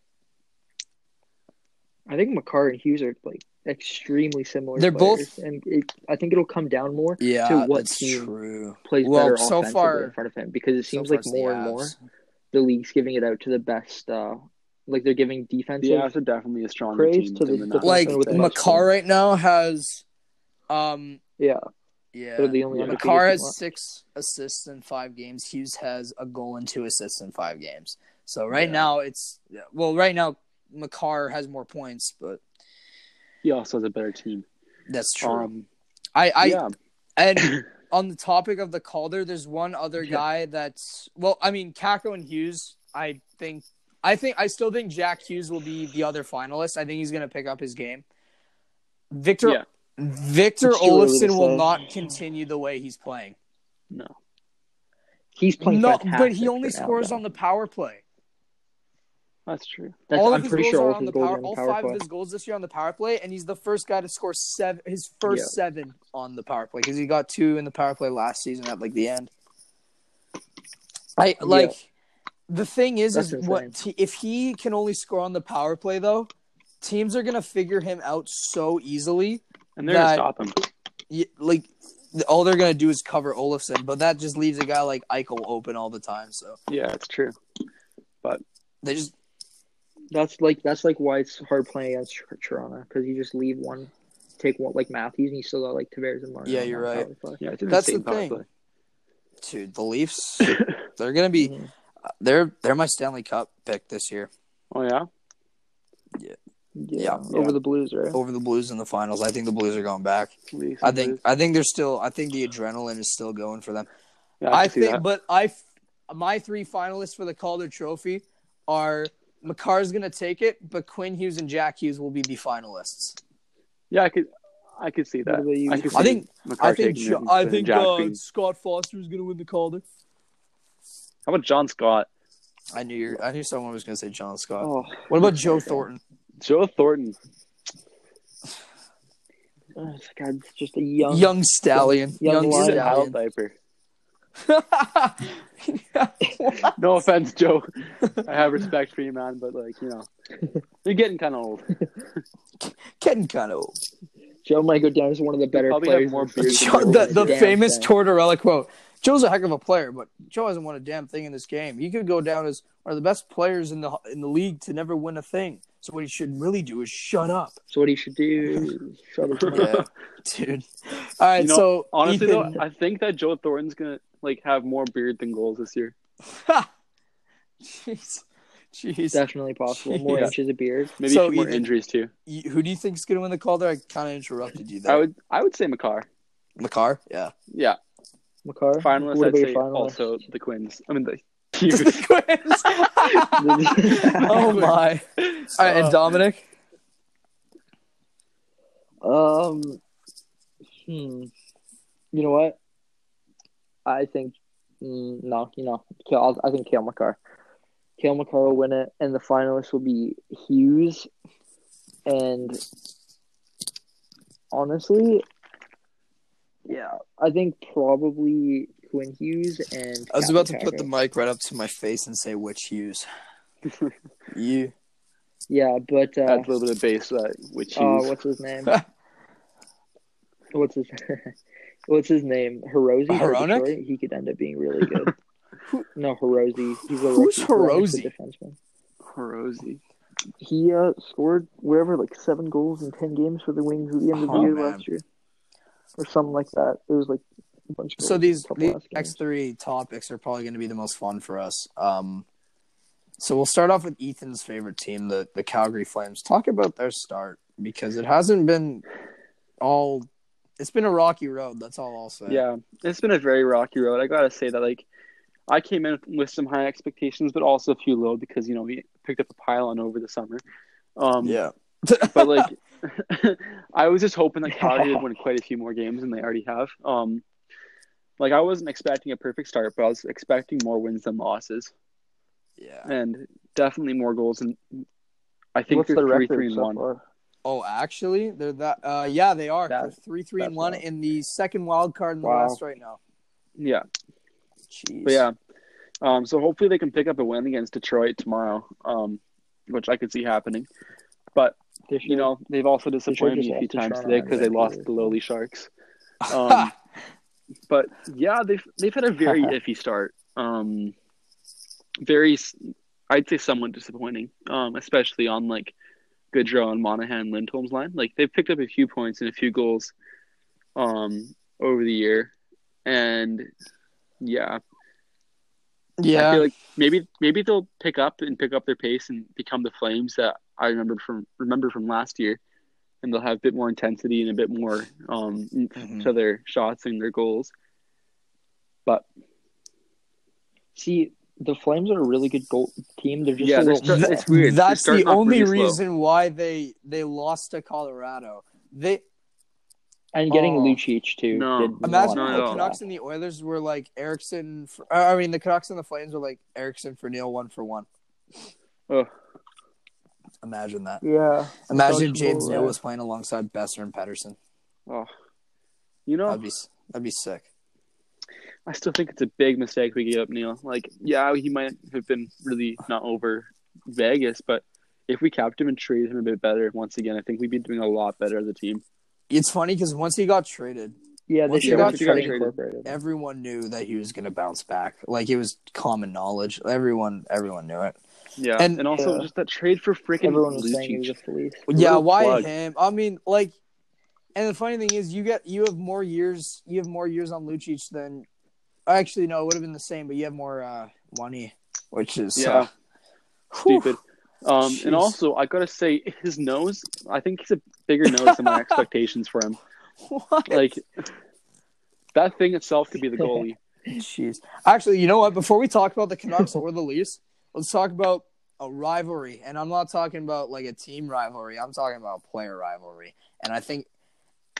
Speaker 2: I think McCarr and Hughes are like extremely similar.
Speaker 1: They're both-
Speaker 2: players, and it, I think it'll come down more
Speaker 1: Yeah,
Speaker 2: To what
Speaker 1: that's
Speaker 2: team?
Speaker 1: true.
Speaker 2: plays
Speaker 1: Well,
Speaker 2: better
Speaker 1: so
Speaker 2: offensively
Speaker 1: far-
Speaker 2: in front of him because it
Speaker 1: So
Speaker 2: seems
Speaker 1: far
Speaker 2: like
Speaker 1: it's the
Speaker 2: more and more
Speaker 1: Avs.
Speaker 2: the league's giving it out to the best. Uh, like they're giving defensive.
Speaker 3: Yeah, so definitely a stronger
Speaker 2: Praise
Speaker 3: team
Speaker 2: to
Speaker 3: than
Speaker 2: the
Speaker 3: Nuggets,
Speaker 2: defense
Speaker 1: like
Speaker 3: I'd
Speaker 2: with
Speaker 3: say.
Speaker 2: the Mc-
Speaker 1: McCarr right now has, um,
Speaker 2: Yeah,
Speaker 1: yeah,
Speaker 2: they're the only
Speaker 3: Yeah.
Speaker 2: undefeated
Speaker 1: McCarr
Speaker 2: team
Speaker 1: has
Speaker 2: left.
Speaker 1: six assists in five games. Hughes has a goal and two assists in five games. So right
Speaker 3: Yeah.
Speaker 1: now it's well, right now McCarr has more points, but
Speaker 3: he also has a better team.
Speaker 1: that's true.
Speaker 3: Um,
Speaker 1: I, I
Speaker 3: yeah,
Speaker 1: (coughs)
Speaker 2: (coughs)
Speaker 1: and on the topic of the Calder, there's one other
Speaker 3: Yeah.
Speaker 1: guy that's well, I mean Kako and Hughes. I think, I think, I still think Jack Hughes will be the other finalist. I think he's going to pick up his game. Victor
Speaker 3: yeah,
Speaker 1: Victor
Speaker 2: It's too early to
Speaker 1: Olofsson will
Speaker 2: say.
Speaker 1: not continue the way he's playing.
Speaker 3: no.
Speaker 2: He's playing.
Speaker 1: No,
Speaker 2: fantastic
Speaker 1: but he only
Speaker 2: right now,
Speaker 1: scores
Speaker 2: though.
Speaker 1: on the power play.
Speaker 3: That's true.
Speaker 2: That's,
Speaker 1: all of
Speaker 2: I'm
Speaker 1: his
Speaker 2: pretty
Speaker 1: goals
Speaker 2: sure
Speaker 1: are
Speaker 2: all of
Speaker 1: on
Speaker 2: his
Speaker 1: the
Speaker 2: goals
Speaker 1: power.
Speaker 2: are
Speaker 1: all
Speaker 2: on power
Speaker 1: five
Speaker 2: play.
Speaker 1: of his goals this year on the power play, and he's the first guy to score seven. His first
Speaker 3: Yeah.
Speaker 1: seven on the power play because he got two in the power play last season at like the end. I like the thing is
Speaker 2: That's
Speaker 1: is what t- if he can only score on the power play though, teams are gonna figure him out so easily
Speaker 3: and they're gonna
Speaker 1: Nah.
Speaker 3: stop him.
Speaker 1: Yeah, like all they're gonna do is cover Olafson, but that just leaves a guy like Eichel open all the time. So
Speaker 3: Yeah, it's true.
Speaker 1: they just
Speaker 2: That's like that's like why it's hard playing against Tor- Toronto because you just leave one, take one like Matthews, and you still got like Tavares and Marner.
Speaker 1: Yeah,
Speaker 2: on
Speaker 1: you're
Speaker 2: that
Speaker 1: right.
Speaker 2: power play.
Speaker 3: Yeah, it's an
Speaker 1: That's
Speaker 3: insane
Speaker 1: the
Speaker 3: power
Speaker 1: thing.
Speaker 3: play.
Speaker 1: dude, the
Speaker 3: (laughs)
Speaker 1: Leafs, they're gonna be
Speaker 2: Mhm.
Speaker 1: they're they're my Stanley Cup pick this year
Speaker 3: Oh yeah,
Speaker 1: Yeah. Oh,
Speaker 2: over the Blues, right?
Speaker 1: over the Blues in the finals. I think the Blues are going back.
Speaker 3: Leafs
Speaker 1: I
Speaker 3: and
Speaker 1: think
Speaker 3: Blues.
Speaker 1: I think they're still I think the adrenaline is still going for them.
Speaker 3: Yeah,
Speaker 1: I,
Speaker 3: can see
Speaker 1: think,
Speaker 3: that.
Speaker 1: but I, f- my three finalists for the Calder Trophy are McCarr's gonna take it, but Quinn Hughes and Jack Hughes will be the finalists.
Speaker 3: yeah, I could, I could see
Speaker 2: What
Speaker 3: that.
Speaker 2: about you?
Speaker 3: could
Speaker 1: I
Speaker 3: see
Speaker 1: think I
Speaker 3: McCarr
Speaker 1: think
Speaker 3: taking
Speaker 1: Jo-
Speaker 3: it and-
Speaker 1: I
Speaker 3: and
Speaker 1: think
Speaker 3: Jack
Speaker 1: uh,
Speaker 3: being-
Speaker 1: Scott Foster is gonna win the Calder.
Speaker 3: How about John Scott?
Speaker 1: I knew you I knew someone was gonna say John Scott.
Speaker 3: Oh,
Speaker 1: what about Joe Thornton?
Speaker 3: Joe Thornton.
Speaker 2: Oh, it's like, I'm just a young,
Speaker 1: young stallion.
Speaker 2: young
Speaker 1: Young,
Speaker 2: lion.
Speaker 3: He's an owl
Speaker 1: stallion.
Speaker 3: diaper.
Speaker 1: What?
Speaker 3: No offense, Joe. I have respect for you, man, but like you know, you're getting kind of old.
Speaker 1: (laughs) Getting kind of
Speaker 2: (laughs)
Speaker 1: old.
Speaker 2: Joe might go down as one of the better
Speaker 3: probably
Speaker 2: players.
Speaker 3: have more
Speaker 2: in the-
Speaker 3: beards than
Speaker 1: the the
Speaker 2: Damn
Speaker 1: famous
Speaker 2: thing.
Speaker 1: Tortorella quote. Joe's a heck of a player, but Joe hasn't won a damn thing in this game. He could go down as one of the best players in the in the league to never win a thing. So what he should really do is shut up. (laughs)
Speaker 2: So what he should do? Shut his mouth.
Speaker 1: Yeah, dude. All right,
Speaker 3: You know,
Speaker 1: so
Speaker 3: (laughs) Honestly,
Speaker 1: Ethan, (laughs)
Speaker 3: though, I think that Joe Thornton's gonna like have more beard than goals this year.
Speaker 1: jeez, jeez.
Speaker 2: Definitely possible. More
Speaker 1: Yeah.
Speaker 2: inches of beard.
Speaker 3: Maybe
Speaker 1: So,
Speaker 3: more
Speaker 1: Ethan-
Speaker 3: injuries too.
Speaker 1: You- who do you think's gonna win the Calder? I kind of interrupted you there.
Speaker 3: I would, I would say McCarr.
Speaker 1: Makar, yeah.
Speaker 3: Yeah,
Speaker 2: McCarr.
Speaker 3: finalists.
Speaker 2: What
Speaker 3: I'd
Speaker 2: about
Speaker 3: say
Speaker 2: your finalists?
Speaker 3: also the Quins. I mean the Hughes.
Speaker 1: oh
Speaker 2: (laughs)
Speaker 3: (laughs)
Speaker 1: my! Uh, All right, and Dominic.
Speaker 2: Um, hmm. You know what? I think mm, no, you know, Kale- I'll, I think Kale McCarr. Kale McCarr will win it, and the finalists will be Hughes. And honestly, yeah, I think probably Quinn Hughes and.
Speaker 1: I was about to
Speaker 2: Kale
Speaker 1: put the
Speaker 2: McCarr.
Speaker 1: mic right up to my face and say which Hughes. you.
Speaker 2: Yeah, but uh,
Speaker 3: Add a little bit of bass to that, which
Speaker 2: Uh,
Speaker 3: is
Speaker 2: what's his name?
Speaker 1: (laughs)
Speaker 2: what's his (laughs) What's his name? Hirozi. for
Speaker 1: Hironic?
Speaker 2: Detroit? He could end up being really
Speaker 1: (laughs)
Speaker 2: good. no, Hirozi. He's a
Speaker 1: Who's
Speaker 2: rookie. Hironic's a
Speaker 1: Hirose?
Speaker 2: defenseman.
Speaker 3: Rosie.
Speaker 2: He uh, scored wherever like seven goals in ten games for the Wings at the end of
Speaker 1: Oh,
Speaker 2: the year
Speaker 1: man.
Speaker 2: last year, or something like that. It was like a bunch. Of
Speaker 1: So these
Speaker 2: couple
Speaker 1: these
Speaker 2: last
Speaker 1: next
Speaker 2: games.
Speaker 1: three topics are probably going to be the most fun for us. Um, so we'll start off with Ethan's favorite team, the the Calgary Flames. Talk about their start because it hasn't been all. It's been a rocky road. That's all I'll say.
Speaker 3: Yeah, it's been a very rocky road. I gotta say that, like, I came in with some high expectations, but also a few low because you know we picked up a pylon over the summer. Um,
Speaker 1: Yeah.
Speaker 3: but like, (laughs) I was just hoping that Calgary would win quite a few more games than they already have. Um, like I wasn't expecting a perfect start, but I was expecting more wins than losses,
Speaker 1: Yeah.
Speaker 3: and definitely more goals. And I think
Speaker 2: What's
Speaker 3: they're
Speaker 2: the
Speaker 3: three,
Speaker 2: record
Speaker 3: three, and
Speaker 2: so
Speaker 3: one.
Speaker 2: far?
Speaker 1: Oh, actually, they're that. Uh, yeah, they are.
Speaker 3: That-
Speaker 1: they're three, three, and
Speaker 3: that's
Speaker 1: one
Speaker 3: wild.
Speaker 1: in the second wild card in the
Speaker 2: Wow.
Speaker 1: West right now.
Speaker 3: Yeah,
Speaker 1: Jeez.
Speaker 3: But yeah, um, so hopefully they can pick up a win against Detroit tomorrow, um, which I could see happening. But
Speaker 2: They
Speaker 3: you
Speaker 2: should-
Speaker 3: know they've also disappointed
Speaker 2: just
Speaker 3: me a few
Speaker 2: lost to
Speaker 3: times
Speaker 2: Toronto
Speaker 3: today
Speaker 2: and
Speaker 3: because they lost
Speaker 2: Vancouver.
Speaker 3: the
Speaker 2: (laughs)
Speaker 3: lowly Sharks. Um, but yeah, they've they've had a
Speaker 2: (laughs)
Speaker 3: very iffy start. Um, very, s- I'd say, somewhat disappointing, um, especially on like Goodrow and Monahan Lindholm's line. Like they've picked up a few points and a few goals, um, over the year, and yeah, I feel like maybe maybe they'll pick up and pick up their pace and become the Flames that I remember from remember from last year, and they'll have a bit more intensity and a bit more um
Speaker 1: Mhm.
Speaker 3: to their shots and their goals. But
Speaker 2: see, the Flames are a really good goal team. They're just
Speaker 3: Yeah,
Speaker 2: a
Speaker 3: they're
Speaker 2: little
Speaker 3: still-
Speaker 2: small.
Speaker 3: it's weird. They're
Speaker 1: That's the
Speaker 3: starting off
Speaker 1: only
Speaker 3: really slow.
Speaker 1: reason why they they lost to Colorado. They
Speaker 2: and getting
Speaker 1: Oh.
Speaker 2: Lucic too.
Speaker 3: No.
Speaker 2: did not
Speaker 1: imagine
Speaker 2: help
Speaker 3: not at
Speaker 1: the
Speaker 3: all.
Speaker 2: that.
Speaker 1: Canucks and the Oilers were like Erickson. For, uh, I mean, the Canucks and the Flames were like Erickson for Neil one for one.
Speaker 3: ugh,
Speaker 1: Imagine that.
Speaker 2: Yeah.
Speaker 1: Imagine
Speaker 2: Dodgeball,
Speaker 1: James Neal
Speaker 2: yeah.
Speaker 1: was playing alongside Besser and Pedersen.
Speaker 3: oh, you know,
Speaker 1: That'd be s- that'd be sick.
Speaker 3: I still think it's a big mistake we gave up Neil. Like, yeah, he might have been really not over Vegas, but if we capped him and treated him a bit better once again, I think we'd be doing a lot better as a team.
Speaker 1: It's funny because once he got traded,
Speaker 2: Yeah,
Speaker 1: Once
Speaker 2: this
Speaker 1: you
Speaker 2: year
Speaker 1: got
Speaker 2: once you got
Speaker 1: traded-
Speaker 2: incorporated.
Speaker 1: everyone knew that he was going to bounce back. Like it was common knowledge. Everyone, everyone knew it.
Speaker 3: Yeah,
Speaker 1: And-
Speaker 3: and, also
Speaker 2: Yeah.
Speaker 3: just that trade for freaking
Speaker 2: Everyone was saying he was
Speaker 3: Lucic.
Speaker 2: a fleece.
Speaker 1: yeah,
Speaker 3: Little
Speaker 1: why
Speaker 3: plug.
Speaker 1: him? I mean, like, and the funny thing is, you get you have more years. You have more years on Lucic than. Actually, no, it would have been the same, but you have more uh, money, which is uh,
Speaker 3: Yeah. Stupid. Um,
Speaker 1: Jeez.
Speaker 3: and also, I gotta say, his nose. I think he's a bigger nose than my expectations for him.
Speaker 1: (laughs) What?
Speaker 3: Like that thing itself could be the goalie.
Speaker 1: Jeez. Actually, you know what? Before we talk about the Canucks or the Leafs, let's talk about a rivalry. And I'm not talking about like a team rivalry. I'm talking about a player rivalry. And I think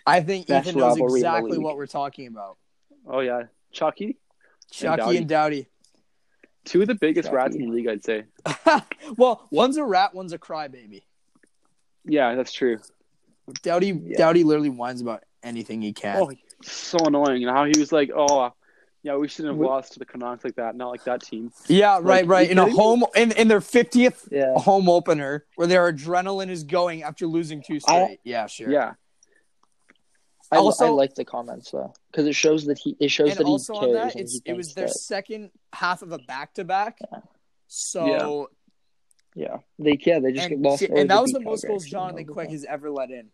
Speaker 1: I think
Speaker 2: Best
Speaker 1: Ethan knows
Speaker 2: rivalry in the
Speaker 1: exactly
Speaker 2: league.
Speaker 1: what we're talking about.
Speaker 3: Oh yeah, Chucky.
Speaker 1: Chucky and Dowdy.
Speaker 3: Two of the biggest
Speaker 2: Chucky.
Speaker 3: rats in the league, I'd say.
Speaker 1: well, one's a rat, one's a crybaby.
Speaker 3: Yeah, that's true.
Speaker 1: Dowdy
Speaker 2: Yeah.
Speaker 1: Dowdy literally whines about anything he can.
Speaker 3: Oh, so annoying. And how he was like, oh, yeah, we shouldn't have
Speaker 2: We-
Speaker 3: lost to the Canucks like that, not like that team.
Speaker 1: yeah, right,
Speaker 3: you
Speaker 1: right. In a
Speaker 3: kidding me?
Speaker 1: home in, in their fiftieth
Speaker 2: Yeah.
Speaker 1: home opener where their adrenaline is going after losing two straight.
Speaker 2: I-
Speaker 1: yeah, sure.
Speaker 3: Yeah,
Speaker 2: I,
Speaker 1: Also-
Speaker 2: I like the comments though, because it shows that he it shows
Speaker 1: and
Speaker 2: that he cares.
Speaker 1: also on that,
Speaker 2: and
Speaker 1: it's
Speaker 2: he
Speaker 1: it was
Speaker 2: thinks
Speaker 1: their
Speaker 2: that-
Speaker 1: second half of a back to back. So
Speaker 2: yeah. They yeah they just get
Speaker 1: and,
Speaker 2: lost.
Speaker 1: and
Speaker 2: or they
Speaker 1: that was
Speaker 2: beat
Speaker 1: the most
Speaker 2: Calgary,
Speaker 1: goals
Speaker 2: actually,
Speaker 1: Jonathan
Speaker 2: no,
Speaker 1: Quick has ever let in.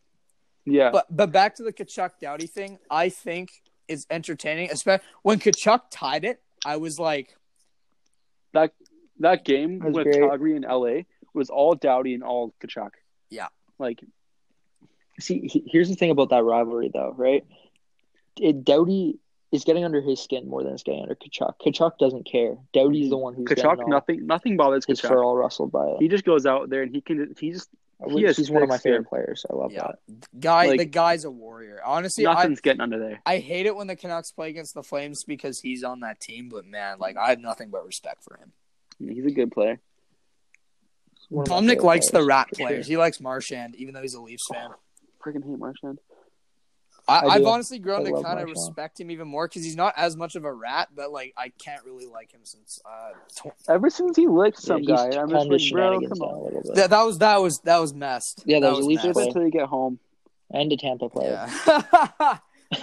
Speaker 3: yeah.
Speaker 1: But but back to the Kachuk Dowdy thing, I think is entertaining. Especially when Kachuk tied it, I was like,
Speaker 3: that that game
Speaker 2: That was
Speaker 3: with
Speaker 2: great.
Speaker 3: Calgary and LA was all Dowdy and all Kachuk.
Speaker 1: Yeah.
Speaker 3: Like
Speaker 2: See, he- here's the thing about that rivalry, though, right? It, Doughty is getting under his skin more than it's getting under Kachuk. Kachuk doesn't care. Doughty's
Speaker 1: Mm-hmm.
Speaker 2: the one who's
Speaker 3: Kachuk,
Speaker 2: getting all
Speaker 3: nothing nothing bothers
Speaker 2: his
Speaker 3: Kachuk.
Speaker 2: fur all rustled by it.
Speaker 3: He just goes out there and he can he just he
Speaker 2: He's
Speaker 3: has
Speaker 2: one of my
Speaker 3: thick
Speaker 2: favorite
Speaker 3: skin.
Speaker 2: players. I love
Speaker 1: Yeah.
Speaker 2: that.
Speaker 1: guy,
Speaker 3: Like-
Speaker 1: the guy's a warrior. Honestly, I
Speaker 3: nothing's getting under there.
Speaker 1: I hate it when the Canucks play against the Flames because he's on that team. But man, like I have nothing but respect for him.
Speaker 3: He's a good player.
Speaker 2: He's one of my
Speaker 1: Dominic
Speaker 2: favorite
Speaker 1: likes the
Speaker 2: players,
Speaker 1: rat
Speaker 2: for sure.
Speaker 1: players. He likes Marchand, even though he's a Leafs fan.
Speaker 3: Freaking hate Marchand.
Speaker 1: I,
Speaker 2: I
Speaker 1: I have
Speaker 2: do.
Speaker 1: honestly grown
Speaker 2: I
Speaker 1: to
Speaker 2: love
Speaker 1: kind of
Speaker 2: Marchand.
Speaker 1: respect him even more because he's not as much of a rat, but like I can't really like him since uh, tw-
Speaker 3: Ever since he licked
Speaker 2: Yeah,
Speaker 3: some
Speaker 2: he's
Speaker 3: guy, I'm
Speaker 2: calmed his
Speaker 3: just like, bro,
Speaker 2: shenanigans
Speaker 3: come
Speaker 2: down a
Speaker 3: on.
Speaker 2: little bit.
Speaker 1: that, that was that was that was messed.
Speaker 2: Yeah, that was a Leafs
Speaker 1: messed.
Speaker 3: Just wait till you get home.
Speaker 2: and a Tampa player.
Speaker 1: Yeah.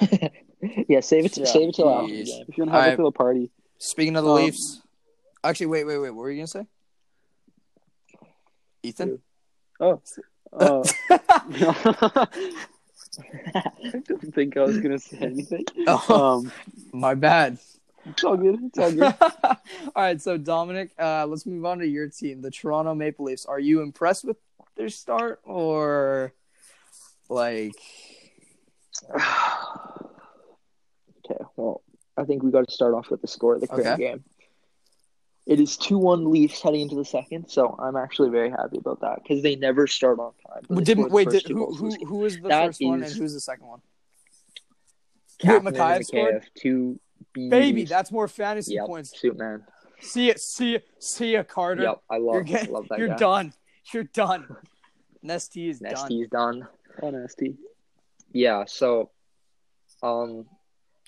Speaker 1: (laughs)
Speaker 2: (laughs) Yeah, save it.
Speaker 3: Yeah.
Speaker 2: Save it till after the
Speaker 1: Jeez.
Speaker 2: game. (sighs)
Speaker 3: If you want to have
Speaker 1: Alright.
Speaker 3: a little party,
Speaker 1: Speaking of the
Speaker 3: Um,
Speaker 1: Leafs, actually, wait, wait, wait. What were you gonna say, Ethan?
Speaker 2: (laughs)
Speaker 3: uh, (laughs) I don't think I was gonna
Speaker 2: (laughs)
Speaker 3: say anything.
Speaker 1: (laughs)
Speaker 2: Uh,
Speaker 1: oh,
Speaker 3: Um,
Speaker 1: my bad.
Speaker 3: it's all good. It's all
Speaker 1: (laughs) All
Speaker 3: good.
Speaker 1: right, so Dominic, uh, let's move on to your team, the Toronto Maple Leafs. Are you impressed with their start, or like,
Speaker 2: Okay, well, I think we got to start off with the score of the current
Speaker 1: Okay.
Speaker 2: game. It is 2 1 Leafs heading into the second, so I'm actually very happy about that because they never start on time. They
Speaker 1: did
Speaker 2: scored the
Speaker 1: wait?
Speaker 2: first
Speaker 1: Did,
Speaker 2: two
Speaker 1: who
Speaker 2: goals
Speaker 1: who
Speaker 2: this game.
Speaker 1: who is the
Speaker 2: That
Speaker 1: first one and
Speaker 2: is-
Speaker 1: who's the second one?
Speaker 2: Kapanen
Speaker 1: who
Speaker 2: and
Speaker 1: Mikheyev scored?
Speaker 2: Mikheyev, two beasts.
Speaker 1: Baby, that's more fantasy
Speaker 2: Yep,
Speaker 1: points.
Speaker 2: Shoot, man.
Speaker 1: See it, see it, see ya, Carter.
Speaker 2: Yep, I love,
Speaker 1: you're get-
Speaker 2: I love that
Speaker 1: You're
Speaker 2: guy.
Speaker 1: done. You're done. Nesty is
Speaker 2: Next,
Speaker 1: done.
Speaker 2: he's done.
Speaker 3: Honesty.
Speaker 2: Yeah, so, um,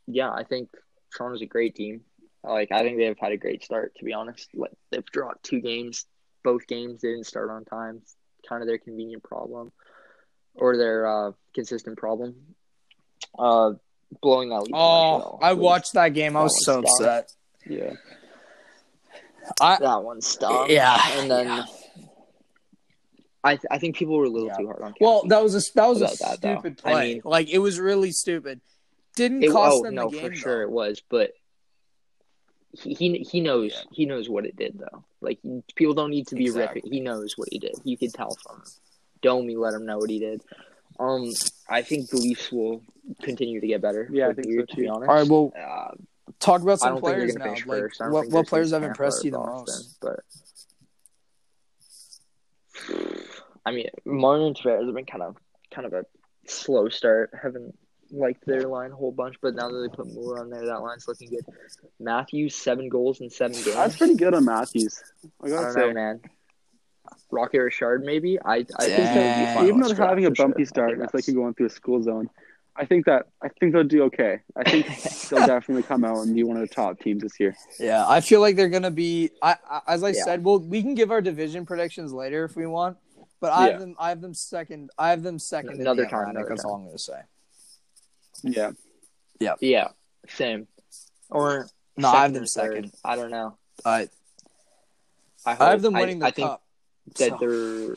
Speaker 2: yeah, I think Toronto's a great team. Like, I think they've had a great start, to be honest. Like, they've dropped two games, both games they didn't start on time. It's kind of their convenient problem or their uh, consistent problem. Uh, blowing that lead. to
Speaker 1: Oh,
Speaker 2: Montreal
Speaker 1: I
Speaker 2: was-
Speaker 1: watched that game. I
Speaker 2: that
Speaker 1: was so
Speaker 2: one's done.
Speaker 1: upset.
Speaker 3: Yeah.
Speaker 1: I
Speaker 2: that one stuff.
Speaker 1: Yeah,
Speaker 2: and then
Speaker 1: yeah.
Speaker 2: I th- I think people were a little
Speaker 1: Yeah.
Speaker 2: too hard on.
Speaker 1: well,
Speaker 2: Cassie.
Speaker 1: that was a that was a
Speaker 2: About that, though.
Speaker 1: stupid
Speaker 2: I
Speaker 1: play.
Speaker 2: mean-
Speaker 1: like it was really stupid. Didn't
Speaker 2: It-
Speaker 1: cost
Speaker 2: oh
Speaker 1: them
Speaker 2: no,
Speaker 1: the game
Speaker 2: for sure
Speaker 1: though.
Speaker 2: it was, but he he, he knows
Speaker 1: Yeah.
Speaker 2: he knows what it did though. Like people don't need to be
Speaker 1: Exactly.
Speaker 2: ripping. He knows what he did. You could tell from him. Domi let him know what he did. Um, I think the Leafs will continue to get better.
Speaker 3: Yeah, I
Speaker 2: with
Speaker 3: think
Speaker 2: Weir,
Speaker 3: so,
Speaker 2: to be
Speaker 3: too.
Speaker 2: honest.
Speaker 1: All right, well,
Speaker 2: Uh,
Speaker 1: talk about
Speaker 2: I
Speaker 1: some
Speaker 2: don't think they're
Speaker 1: players
Speaker 2: going to
Speaker 1: now.
Speaker 2: finish
Speaker 1: Like,
Speaker 2: first. I don't
Speaker 1: what
Speaker 2: think
Speaker 1: what
Speaker 2: there's
Speaker 1: players have
Speaker 2: Tampa
Speaker 1: impressed
Speaker 2: or
Speaker 1: you the
Speaker 2: Boston,
Speaker 1: most?
Speaker 2: But I mean, Martin and Tavares have been kind of kind of a slow start. Haven't liked their line a whole bunch, but now that they put Moore on there, that line's looking good. Matthews seven goals in seven games.
Speaker 3: That's pretty good on Matthews. I
Speaker 2: I
Speaker 3: gotta
Speaker 2: don't
Speaker 3: say.
Speaker 2: know, man. Rocket Richard, maybe. I I think
Speaker 1: Dang.
Speaker 2: that would be
Speaker 3: even
Speaker 2: a
Speaker 3: though
Speaker 2: final
Speaker 3: they're having a
Speaker 2: stretch for
Speaker 3: bumpy
Speaker 2: sure. I
Speaker 3: start,
Speaker 2: think
Speaker 3: and it's like
Speaker 2: that's-
Speaker 3: you're going through a school zone. I think that I think they'll do okay. I think
Speaker 2: (laughs)
Speaker 3: they'll definitely come out and be one of the top teams this year.
Speaker 1: Yeah, I feel like they're gonna be. I, I as I
Speaker 2: Yeah.
Speaker 1: said, well, we can give our division predictions later if we want. But I have
Speaker 3: Yeah.
Speaker 1: them. I have them second. I have them second. in
Speaker 2: Another
Speaker 1: the
Speaker 2: time,
Speaker 1: Atlantic,
Speaker 2: another
Speaker 1: That's
Speaker 2: time.
Speaker 1: all I'm gonna say.
Speaker 3: Yeah.
Speaker 2: Yeah, same. Or
Speaker 1: No, I have them
Speaker 2: or third.
Speaker 1: second.
Speaker 2: I don't know.
Speaker 1: I I
Speaker 2: I,
Speaker 1: have
Speaker 2: hope-
Speaker 1: them winning the
Speaker 2: I, I think
Speaker 1: cup.
Speaker 2: that
Speaker 1: so-
Speaker 2: they're.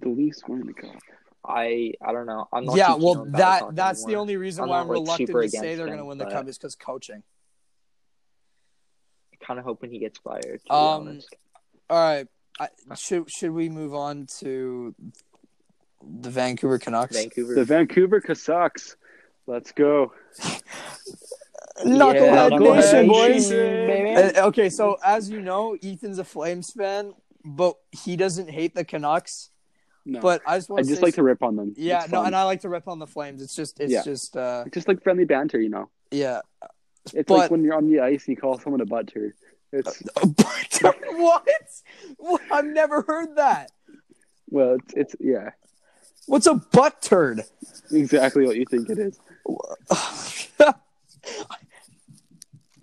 Speaker 3: The Leafs won the cup.
Speaker 2: I I don't know. I'm not.
Speaker 1: yeah,
Speaker 2: too keen
Speaker 1: well,
Speaker 2: on
Speaker 1: that
Speaker 2: Babcock
Speaker 1: that's the
Speaker 2: anymore.
Speaker 1: only reason
Speaker 2: I'm
Speaker 1: why
Speaker 2: not,
Speaker 1: I'm
Speaker 2: like,
Speaker 1: reluctant
Speaker 2: super
Speaker 1: to say
Speaker 2: against
Speaker 1: they're going to
Speaker 2: them,
Speaker 1: win the
Speaker 2: but-
Speaker 1: cup is because coaching.
Speaker 2: kind of hoping he gets fired. To be
Speaker 1: Um,
Speaker 2: honest.
Speaker 1: All right, I, should should we move on to the Vancouver Canucks?
Speaker 2: Vancouver.
Speaker 3: The Vancouver Canucks. Let's go.
Speaker 1: Knucklehead
Speaker 2: Yeah,
Speaker 1: Nation,
Speaker 2: Knucklehead
Speaker 1: boys.
Speaker 2: Nation, baby.
Speaker 1: And- okay, so as you know, Ethan's a Flames fan, but he doesn't hate the Canucks.
Speaker 3: No.
Speaker 1: But I just want
Speaker 3: I
Speaker 1: to
Speaker 3: just
Speaker 1: say,
Speaker 3: like to rip on them.
Speaker 1: yeah,
Speaker 3: It's
Speaker 1: no,
Speaker 3: fun.
Speaker 1: and I like to rip on the Flames. It's just, it's
Speaker 3: Yeah.
Speaker 1: just, uh,
Speaker 3: It's just like friendly banter, you know.
Speaker 1: yeah.
Speaker 3: It's
Speaker 1: But-
Speaker 3: like when you're on the ice and you call someone a butt turd. It's
Speaker 1: But- (laughs) what? what? I've never heard that.
Speaker 3: well, it's, it's yeah,
Speaker 1: What's a butt turd? (laughs)
Speaker 3: exactly what you think
Speaker 2: (laughs)
Speaker 3: it is.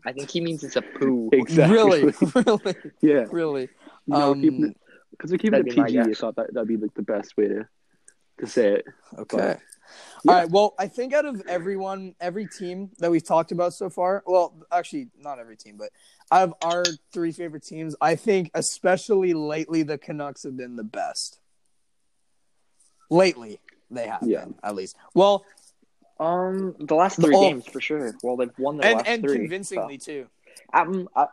Speaker 2: I think he means it's a poo.
Speaker 3: Exactly. (laughs)
Speaker 1: Really, (laughs) really,
Speaker 3: Yeah.
Speaker 1: really.
Speaker 3: You know,
Speaker 1: Um,
Speaker 3: keeping it because we're keeping
Speaker 2: that'd
Speaker 3: it
Speaker 2: be my
Speaker 3: PG. I
Speaker 2: guess.
Speaker 3: thought that that'd be like the best way to to say it.
Speaker 1: Okay.
Speaker 3: Yeah.
Speaker 1: All right. Well, I think out of everyone, every team that we've talked about so far, well, actually, not every team, but out of our three favorite teams, I think especially lately the Canucks have been the best. Lately, they have
Speaker 3: Yeah.
Speaker 1: been, at least. Well,
Speaker 2: Um, the last
Speaker 1: The-
Speaker 2: three
Speaker 1: oh.
Speaker 2: games for sure. Well, they've won their
Speaker 1: and
Speaker 2: last
Speaker 1: and
Speaker 2: three.
Speaker 1: convincingly too.
Speaker 2: so. Um, I,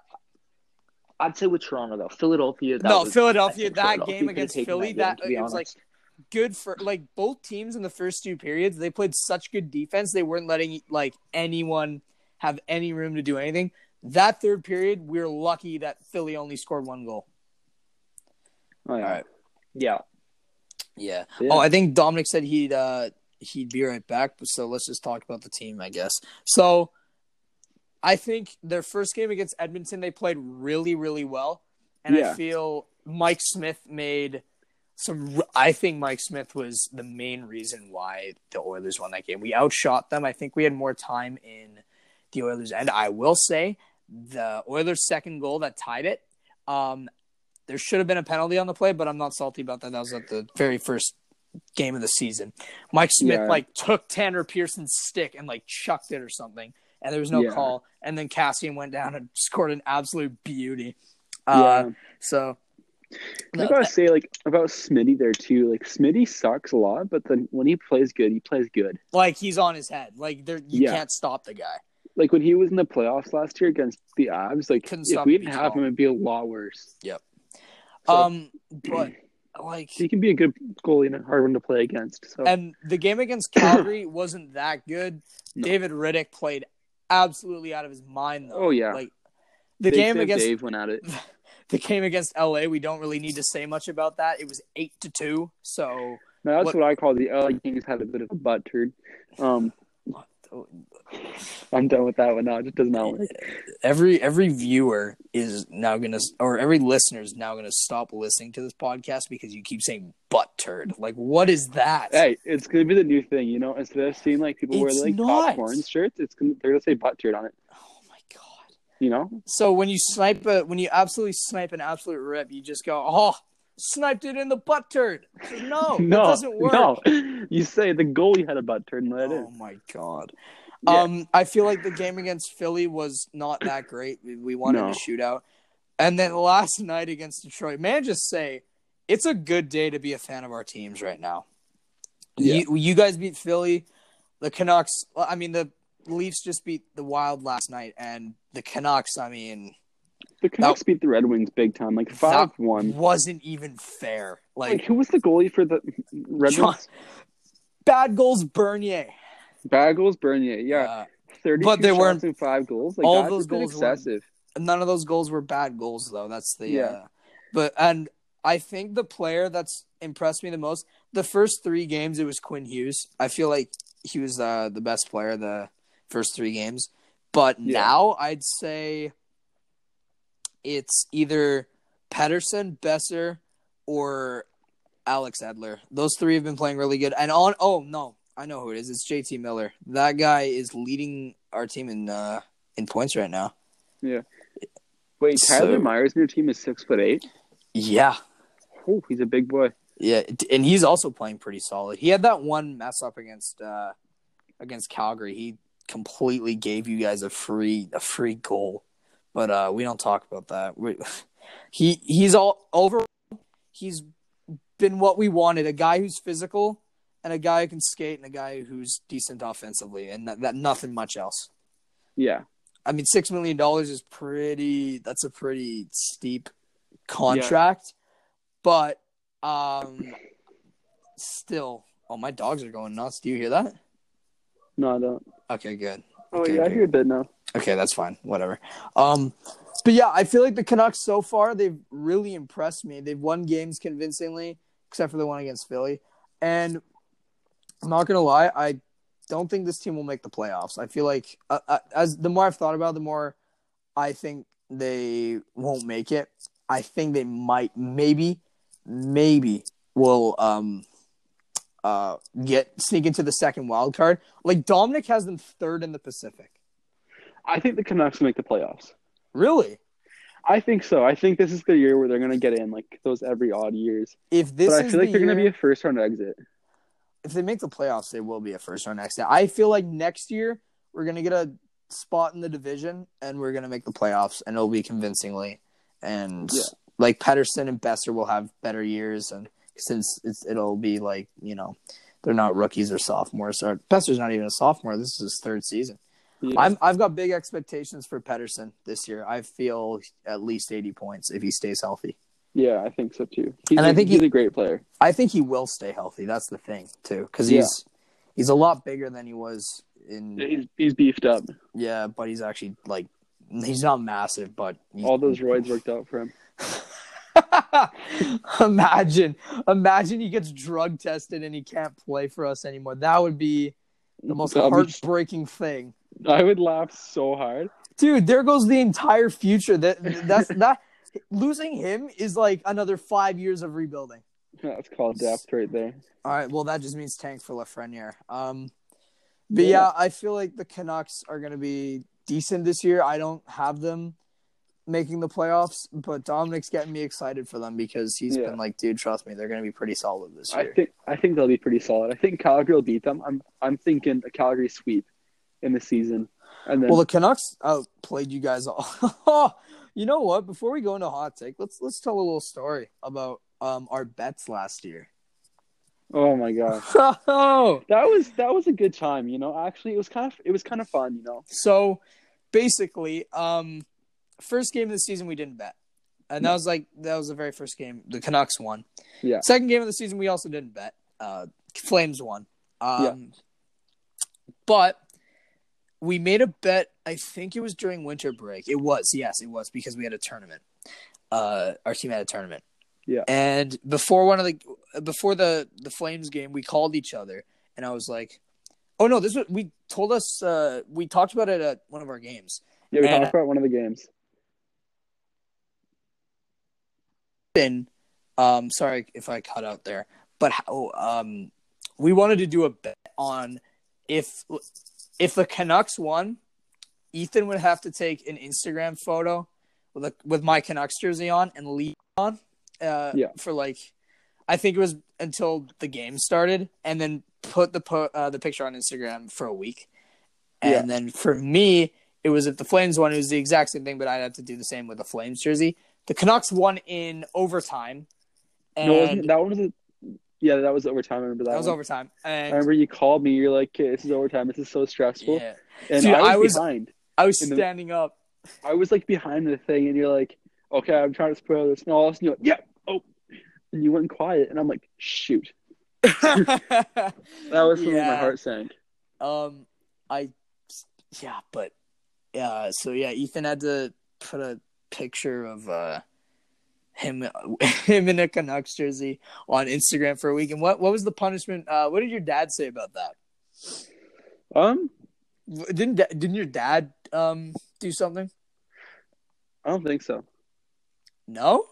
Speaker 2: I'd say with Toronto though, Philadelphia. That
Speaker 1: no,
Speaker 2: was, I
Speaker 1: Philadelphia.
Speaker 2: think
Speaker 1: That
Speaker 2: Philadelphia
Speaker 1: game
Speaker 2: could've
Speaker 1: against
Speaker 2: taken
Speaker 1: Philly,
Speaker 2: game,
Speaker 1: that
Speaker 2: to be
Speaker 1: it was like
Speaker 2: honest.
Speaker 1: good for like both teams in the first two periods they played such good defense they weren't letting like anyone have any room to do anything that third period we are lucky that philly only scored one goal
Speaker 3: Oh, yeah.
Speaker 1: All right.
Speaker 2: yeah.
Speaker 1: yeah,
Speaker 3: Yeah.
Speaker 1: oh i think dominic said he'd uh he'd be right back so let's just talk about the team i guess so i think their first game against edmonton they played really really well and i
Speaker 3: Yeah.
Speaker 1: feel mike smith made some I think Mike Smith was the main reason why the Oilers won that game. We outshot them. I think we had more time in the Oilers end. I will say the Oilers second goal that tied it. Um there should have been a penalty on the play, but I'm not salty about that. That was at the very first game of the season. Mike Smith
Speaker 3: Yeah.
Speaker 1: like took Tanner Pearson's stick and like chucked it or something. And there was no
Speaker 3: Yeah.
Speaker 1: call. And then Cassian went down and scored an absolute beauty.
Speaker 3: Yeah.
Speaker 1: Uh, So
Speaker 3: I gotta say, like about Smitty there too. Like Smitty sucks a lot, but then when he plays good, he plays good.
Speaker 1: like he's on his head. Like there, you
Speaker 3: Yeah.
Speaker 1: can't stop the guy.
Speaker 3: Like when he was in the playoffs last year against the Abs, like
Speaker 1: Couldn't
Speaker 3: if
Speaker 1: stop
Speaker 3: we
Speaker 1: him
Speaker 3: didn't
Speaker 1: at
Speaker 3: have
Speaker 1: all.
Speaker 3: him, it'd be a lot worse.
Speaker 1: Yep.
Speaker 3: So,
Speaker 1: um,
Speaker 3: (clears throat)
Speaker 1: but like,
Speaker 3: he can be a good goalie and a hard one to play against. So
Speaker 1: and the game against Calgary wasn't that good.
Speaker 3: No.
Speaker 1: David Riddick played absolutely out of his mind, though.
Speaker 3: Oh, yeah.
Speaker 1: like the
Speaker 3: Big
Speaker 1: game
Speaker 3: Sam
Speaker 1: against
Speaker 3: Dave went
Speaker 1: (laughs)
Speaker 3: at it.
Speaker 1: the game against LA. We don't really need to say much about that. It was eight to two. So
Speaker 3: Now, that's
Speaker 1: What-
Speaker 3: what, I call the LA Kings had a bit of a butt turd. Um, I'm done with that one now. It just does not work.
Speaker 1: every every viewer is now gonna, or every listener is now gonna stop listening to this podcast because you keep saying butt turd. Like, what is that?
Speaker 3: Hey, it's gonna be the new thing, you know. Instead of seeing like people wear
Speaker 1: It's
Speaker 3: like
Speaker 1: not.
Speaker 3: popcorn shirts, it's gonna they're gonna say butt turd on it.
Speaker 1: Oh my god.
Speaker 3: You know?
Speaker 1: So when you snipe a when you absolutely snipe an absolute rip, you just go, oh, sniped it in the butt turd.
Speaker 3: (laughs)
Speaker 1: No, it doesn't work.
Speaker 3: No, you say the goalie had a butt turd and let it
Speaker 1: Oh
Speaker 3: in.
Speaker 1: my god.
Speaker 3: Yeah.
Speaker 1: Um, I feel like the game against Philly was not that great. We, we wanted
Speaker 3: No.
Speaker 1: a shootout, and then last night against Detroit, man, just say it's a good day to be a fan of our teams right now.
Speaker 3: Yeah.
Speaker 1: You you guys beat Philly, the Canucks. I mean the Leafs just beat the Wild last night, and the Canucks. I mean.
Speaker 3: The Canucks beat the Red Wings big time, like five one.
Speaker 1: wasn't even fair.
Speaker 3: Like,
Speaker 1: Like
Speaker 3: who was the goalie for the Red
Speaker 1: John-
Speaker 3: Wings?
Speaker 1: bad goals, Bernier.
Speaker 3: Bagels, Bernier, yeah,
Speaker 1: Uh,
Speaker 3: thirty.
Speaker 1: but they
Speaker 3: shots
Speaker 1: weren't-
Speaker 3: and five goals. Like,
Speaker 1: all
Speaker 3: that's
Speaker 1: those
Speaker 3: just been
Speaker 1: goals weren't-
Speaker 3: excessive.
Speaker 1: none of those goals were bad goals, though. That's the
Speaker 3: Yeah.
Speaker 1: Uh, but and I think the player that's impressed me the most the first three games it was Quinn Hughes. I feel like he was uh, the best player the first three games, but
Speaker 3: Yeah.
Speaker 1: now I'd say it's either Pedersen, Besser, or Alex Edler. Those three have been playing really good. And on oh no, I know who it is. It's JT Miller. That guy is leading our team in uh, in points right now.
Speaker 3: Wait, Tyler
Speaker 1: So-
Speaker 3: Myers in your team is six foot eight.
Speaker 1: Yeah.
Speaker 3: Oh, he's a big boy.
Speaker 1: Yeah, and he's also playing pretty solid. He had that one mess up against uh against Calgary, he completely gave you guys a free a free goal. But uh, we don't talk about that. We, (sighs) he he's all over. He's been what we wanted: a guy who's physical, and a guy who can skate, and a guy who's decent offensively, and that, that nothing much else.
Speaker 3: Yeah.
Speaker 1: I mean, six million dollars is pretty. That's a pretty steep contract, but um, still. Oh, my dogs are going nuts. Do you hear that?
Speaker 3: No, I don't.
Speaker 1: Okay, good.
Speaker 3: Oh
Speaker 1: Okay,
Speaker 3: yeah, I
Speaker 1: okay.
Speaker 3: hear a bit now.
Speaker 1: Okay, that's fine. Whatever. Um, but yeah, I feel like the Canucks so far they've really impressed me. They've won games convincingly, except for the one against Philly. And I'm not gonna lie, I don't think this team will make the playoffs. I feel like uh, uh, as the more I've thought about, it, the more I think they won't make it. I think they might, maybe, maybe will um uh get sneak into the second wild card. Like Dominic has them third in the Pacific.
Speaker 3: I think the Canucks make the playoffs.
Speaker 1: Really?
Speaker 3: I think so. I think this is the year where they're gonna get in, like those every odd years.
Speaker 1: If this
Speaker 3: but I
Speaker 1: is
Speaker 3: feel like
Speaker 1: the
Speaker 3: they're gonna
Speaker 1: year-
Speaker 3: be a first round exit.
Speaker 1: if they make the playoffs, they will be a first round exit. I feel like next year we're gonna get a spot in the division and we're gonna make the playoffs and it'll be convincingly. And
Speaker 3: Yeah.
Speaker 1: like Pedersen and Besser will have better years and since it's it'll be like, you know, they're not rookies or sophomores or Besser's not even a sophomore. This is his third season.
Speaker 3: Yeah.
Speaker 1: I'm I've got big expectations for Pedersen this year. I feel at least eighty points if he stays healthy.
Speaker 3: Yeah, I think so too. He's
Speaker 1: And
Speaker 3: a,
Speaker 1: I think
Speaker 3: he's
Speaker 1: he-
Speaker 3: a great player.
Speaker 1: I think he will stay healthy. That's the thing too, because
Speaker 3: Yeah.
Speaker 1: he's he's a lot bigger than he was in.
Speaker 3: He's he's beefed up.
Speaker 1: Yeah, but he's actually like he's not massive, but he's,
Speaker 3: All those (laughs) roids worked out for him.
Speaker 1: (laughs) imagine, imagine he gets drug tested and he can't play for us anymore. That would be the most
Speaker 3: That'd be-
Speaker 1: heartbreaking thing,
Speaker 3: I would laugh so hard.
Speaker 1: dude. There goes the entire future. That that's that losing him is like another five years of rebuilding.
Speaker 3: That's called depth right there.
Speaker 1: All right. Well, that just means tank for Lafreniere. Um, but yeah.
Speaker 3: Yeah.
Speaker 1: I feel like the Canucks are going to be decent this year. I don't have them making the playoffs, but Dominic's getting me excited for them because he's
Speaker 3: Yeah.
Speaker 1: been like, dude, trust me, they're going to be pretty solid this
Speaker 3: I
Speaker 1: year.
Speaker 3: think I think they'll be pretty solid. I think Calgary will beat them. I'm I'm thinking a Calgary sweep in the season, and then
Speaker 1: well, the Canucks outplayed you guys all. (laughs) you know what? Before we go into hot take, let's let's tell a little story about um our bets last
Speaker 3: (laughs)
Speaker 1: year.
Speaker 3: oh my god,
Speaker 1: Oh.
Speaker 3: that was that was a good time. You know, actually, it was kind of it was kind of fun. You know,
Speaker 1: So basically, um, first game of the season we didn't bet, and that was like that was the very first game the Canucks won.
Speaker 3: Yeah.
Speaker 1: Second game of the season we also didn't bet. Uh, Flames won. Um, But we made a bet. I think it was during winter break. It was yes, it was because we had a tournament. Uh, our team had a tournament.
Speaker 3: Yeah.
Speaker 1: And before one of the before the the Flames game, we called each other, and I was like. Oh no! This was we told us uh, we talked about it at one of our games.
Speaker 3: yeah, we
Speaker 1: And-
Speaker 3: talked about one of the games.
Speaker 1: Then, um, sorry if I cut out there, but how um, we wanted to do a bet on if if the Canucks won, Ethan would have to take an Instagram photo with a, with my Canucks jersey on and leave it on, uh,
Speaker 3: Yeah.
Speaker 1: for like I think it was until the game started, and then put the po- uh, the picture on Instagram for a week, and
Speaker 3: Yeah.
Speaker 1: then for me. It was if the Flames won, it was the exact same thing, but I'd have to do the same with the Flames jersey. The Canucks won in overtime. And
Speaker 3: no, wasn't, that one was a, yeah, that was overtime. I remember that.
Speaker 1: that was
Speaker 3: one.
Speaker 1: overtime.
Speaker 3: I
Speaker 1: And
Speaker 3: remember you called me. You're like, "Okay, this is overtime. This is so stressful."
Speaker 1: yeah,
Speaker 3: And
Speaker 1: Dude,
Speaker 3: I was
Speaker 1: I was-
Speaker 3: behind.
Speaker 1: I was
Speaker 3: And the-
Speaker 1: standing
Speaker 3: (laughs)
Speaker 1: up. (laughs)
Speaker 3: I was like behind the thing, and you're like, okay, I'm trying to spoil this, and all this, and you're like, yeah, oh, and you went quiet, and I'm like, shoot,
Speaker 1: that
Speaker 3: that was something my heart sank.
Speaker 1: Um, I, yeah, but yeah. So yeah, Ethan had to put a picture of uh him (laughs) him in a Canucks jersey on Instagram for a week. And what what was the punishment? Uh, what did your dad say about that?
Speaker 3: Um,
Speaker 1: W- Didn't da- didn't your dad um do something?
Speaker 3: I don't think so.
Speaker 1: No.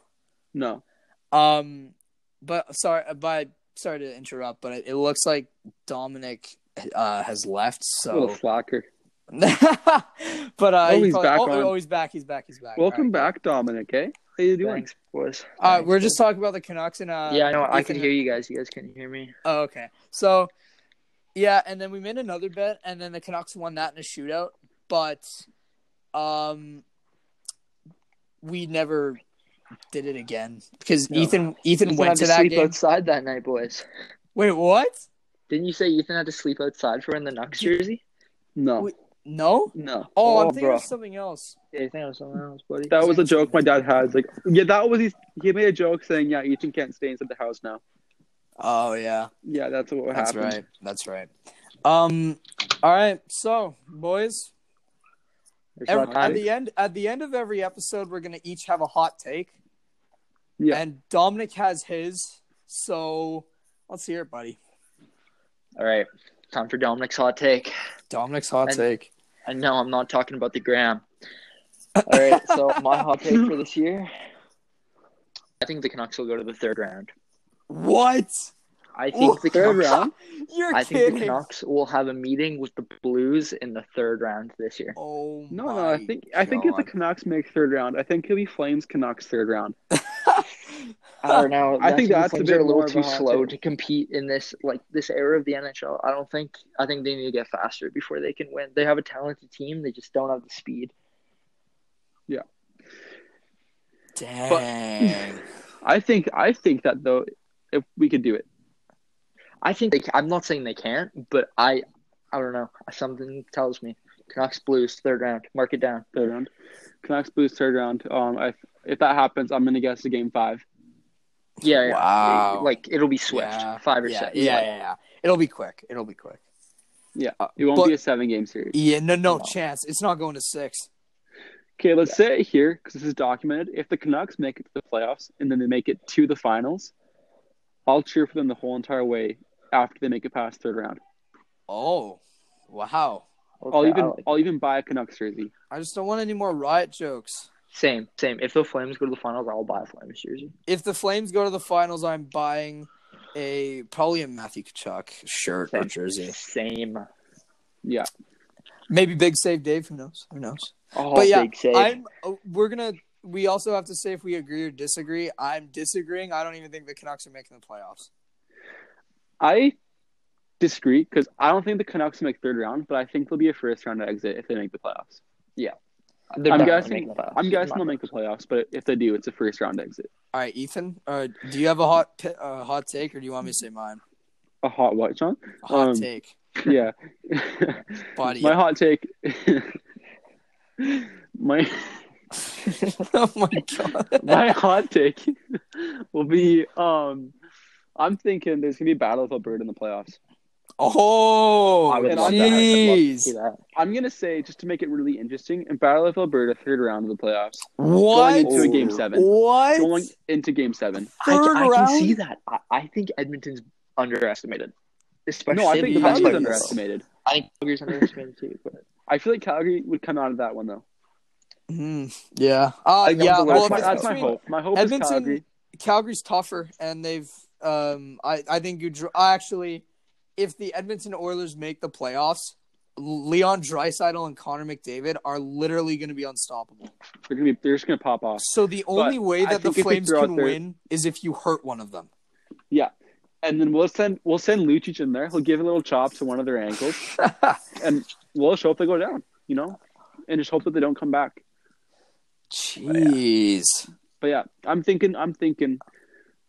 Speaker 3: No,
Speaker 1: Um, but sorry, but sorry to interrupt, but it, it looks like Dominic uh has left.
Speaker 3: a little
Speaker 1: So,
Speaker 3: slacker.
Speaker 1: (laughs) but uh,
Speaker 3: Oh,
Speaker 1: he
Speaker 3: he's
Speaker 1: probably-
Speaker 3: back
Speaker 1: oh,
Speaker 3: on.
Speaker 1: oh, he's back. He's back. He's back.
Speaker 3: Welcome
Speaker 1: All right.
Speaker 3: back, Dominic. Hey, how you doing,
Speaker 2: Thanks, boys.
Speaker 1: Uh, we're just talking about the Canucks and uh,
Speaker 2: yeah, I know. I
Speaker 1: Ethan-
Speaker 2: can hear you guys. You guys couldn't hear me.
Speaker 1: Oh, okay. So, Yeah, and then we made another bet, and then the Canucks won that in a shootout. But, um, we never did it again because
Speaker 3: No.
Speaker 1: Ethan Ethan
Speaker 2: Ethan
Speaker 1: went
Speaker 2: had
Speaker 1: to
Speaker 2: to,
Speaker 1: that
Speaker 2: sleep
Speaker 1: game.
Speaker 2: outside that night, boys.
Speaker 1: Wait, what?
Speaker 2: Didn't you say Ethan had to sleep outside for wearing the Nux jersey?
Speaker 3: No,
Speaker 1: We- No.
Speaker 2: No.
Speaker 1: Oh, I'm
Speaker 3: Oh,
Speaker 1: thinking
Speaker 3: bro.
Speaker 1: of something else.
Speaker 2: Yeah, I think it was something else, buddy.
Speaker 3: that was a joke my dad had. Like, yeah, that was he. He made a joke saying, "Yeah, Ethan can't stay inside the house now."
Speaker 1: Oh yeah,
Speaker 3: Yeah, that's what
Speaker 1: that's
Speaker 3: happened.
Speaker 1: right. That's right. Um. All right, so boys,
Speaker 2: There's
Speaker 1: every,
Speaker 2: not
Speaker 1: at
Speaker 2: time.
Speaker 1: the end at the end of every episode, we're gonna each have a hot take.
Speaker 3: Yeah.
Speaker 1: And Dominic has his, so let's hear it, buddy.
Speaker 2: All right, time for Dominic's hot take.
Speaker 1: Dominic's hot
Speaker 2: And-
Speaker 1: take.
Speaker 2: I know I'm not talking about the gram. All right, so my hot take for this year, I think the Canucks will go to the third round.
Speaker 1: What?
Speaker 2: I think the
Speaker 3: Third
Speaker 2: Canucks,
Speaker 3: round?
Speaker 1: You're kidding.
Speaker 2: I think the Canucks will have a meeting with the Blues in the third round this year.
Speaker 1: Oh
Speaker 3: No,
Speaker 1: my
Speaker 3: no, I think I think if the
Speaker 1: God.
Speaker 3: Canucks make third round, I think it'll be Flames Canucks third round.
Speaker 2: I don't know.
Speaker 3: (laughs) I think that's a
Speaker 2: Flames
Speaker 3: bit
Speaker 2: are a little
Speaker 3: more of a
Speaker 2: too
Speaker 3: hot
Speaker 2: slow
Speaker 3: take.
Speaker 2: to compete in this like this era of the NHL. I don't think. I think they need to get faster before they can win. They have a talented team. They just don't have the speed.
Speaker 1: (laughs) Dang.
Speaker 3: I think I think that though, if we could do it,
Speaker 2: I think they. I'm not saying they can't, but I. I don't know. Something tells me Canucks Blues third round. Mark it down.
Speaker 3: third round, Canucks Blues third round. Um, I, if that happens, I'm gonna guess the game five.
Speaker 2: Yeah. yeah.
Speaker 1: Wow.
Speaker 2: Like it'll be swift.
Speaker 1: Yeah.
Speaker 2: Five or
Speaker 1: yeah,
Speaker 2: six.
Speaker 1: yeah,
Speaker 2: Like,
Speaker 1: yeah, yeah. It'll be quick. It'll be quick.
Speaker 3: Yeah,
Speaker 1: Uh,
Speaker 3: It won't
Speaker 1: but-
Speaker 3: be a seven game series.
Speaker 1: yeah, no, no,
Speaker 2: No.
Speaker 1: chance. It's not going to six.
Speaker 3: Okay, let's say it here because this is documented. If the Canucks make it to the playoffs and then they make it to the finals, I'll cheer for them the whole entire way after they make it past third round.
Speaker 1: Oh, wow.
Speaker 2: okay,
Speaker 3: I'll
Speaker 2: I
Speaker 3: even
Speaker 2: like it.
Speaker 3: I'll even buy a Canucks jersey.
Speaker 1: I just don't want any more riot jokes.
Speaker 2: same. Same. If the Flames go to the finals, I'll buy a Flames jersey.
Speaker 1: If the Flames go to the finals, I'm buying a probably a Matthew Kachuk shirt or
Speaker 2: Same.
Speaker 1: jersey.
Speaker 2: Same.
Speaker 3: Yeah.
Speaker 1: Maybe Big Save Dave. Who knows? Who knows?
Speaker 2: Oh,
Speaker 1: But yeah,
Speaker 2: big save.
Speaker 1: I'm. oh, We're gonna. We also have to say if we agree or disagree. I'm disagreeing. I don't even think the Canucks are making the playoffs.
Speaker 3: I disagree because I don't think the Canucks make third round, but I think they'll be a first round exit if they make the playoffs.
Speaker 2: They're
Speaker 3: I'm
Speaker 2: definitely
Speaker 3: guessing.
Speaker 2: making the playoffs.
Speaker 3: I'm guessing they'll
Speaker 2: Not-
Speaker 3: make the playoffs, but if they do, it's a first round exit.
Speaker 1: All right, Ethan. Uh, do you have a hot pi- uh, hot take, or do you want me to say mine?
Speaker 3: A hot what, John?
Speaker 1: A hot
Speaker 3: Um,
Speaker 1: take, (laughs)
Speaker 3: (laughs) Yeah.
Speaker 1: buddy.
Speaker 3: my hot take. (laughs) my
Speaker 1: oh my god.
Speaker 3: (laughs) my hot take will be um I'm thinking there's gonna be a battle of Alberta in the playoffs.
Speaker 1: Oh,
Speaker 2: I would
Speaker 3: love that.
Speaker 1: jeez.
Speaker 2: See that?
Speaker 3: I'm gonna say just to make it really interesting, in Battle of Alberta, third round of the playoffs,
Speaker 1: What?
Speaker 3: going into a game seven,
Speaker 1: What?
Speaker 3: going into game seven.
Speaker 2: I,
Speaker 1: Third
Speaker 2: I
Speaker 1: round?
Speaker 2: can see that. I, I think Edmonton's underestimated. Especially
Speaker 3: No, I think the
Speaker 1: That's
Speaker 3: Calgary's
Speaker 1: what it is.
Speaker 3: underestimated.
Speaker 2: I think Calgary's underestimated too. But
Speaker 3: I feel like Calgary would come out of that one though.
Speaker 1: Mhm. Yeah. Uh,
Speaker 2: Like, that was
Speaker 1: yeah.
Speaker 2: the
Speaker 1: Well,
Speaker 2: worst
Speaker 1: if
Speaker 2: part.
Speaker 3: my,
Speaker 1: it's
Speaker 3: that's my
Speaker 1: between-
Speaker 3: hope. My hope
Speaker 1: Edmonton-
Speaker 3: is Calgary.
Speaker 1: Calgary's tougher, and they've. Um, I I think you dr- actually, if the Edmonton Oilers make the playoffs, Leon Dreisaitl and Connor McDavid are literally going to be unstoppable.
Speaker 3: They're gonna be. They're just gonna pop off.
Speaker 1: So the only way
Speaker 3: Uh, I
Speaker 1: that the
Speaker 3: think if they
Speaker 1: Flames
Speaker 3: throw out Oh,
Speaker 1: can
Speaker 3: their-
Speaker 1: win is if you hurt one of them.
Speaker 3: And then we'll send we'll send Lucic in there. He'll give a little chop to one of their
Speaker 1: (laughs)
Speaker 3: ankles, and we'll just hope they go down. You know, and just hope that they don't come back.
Speaker 1: Jeez.
Speaker 3: But yeah, I'm thinking. I'm thinking.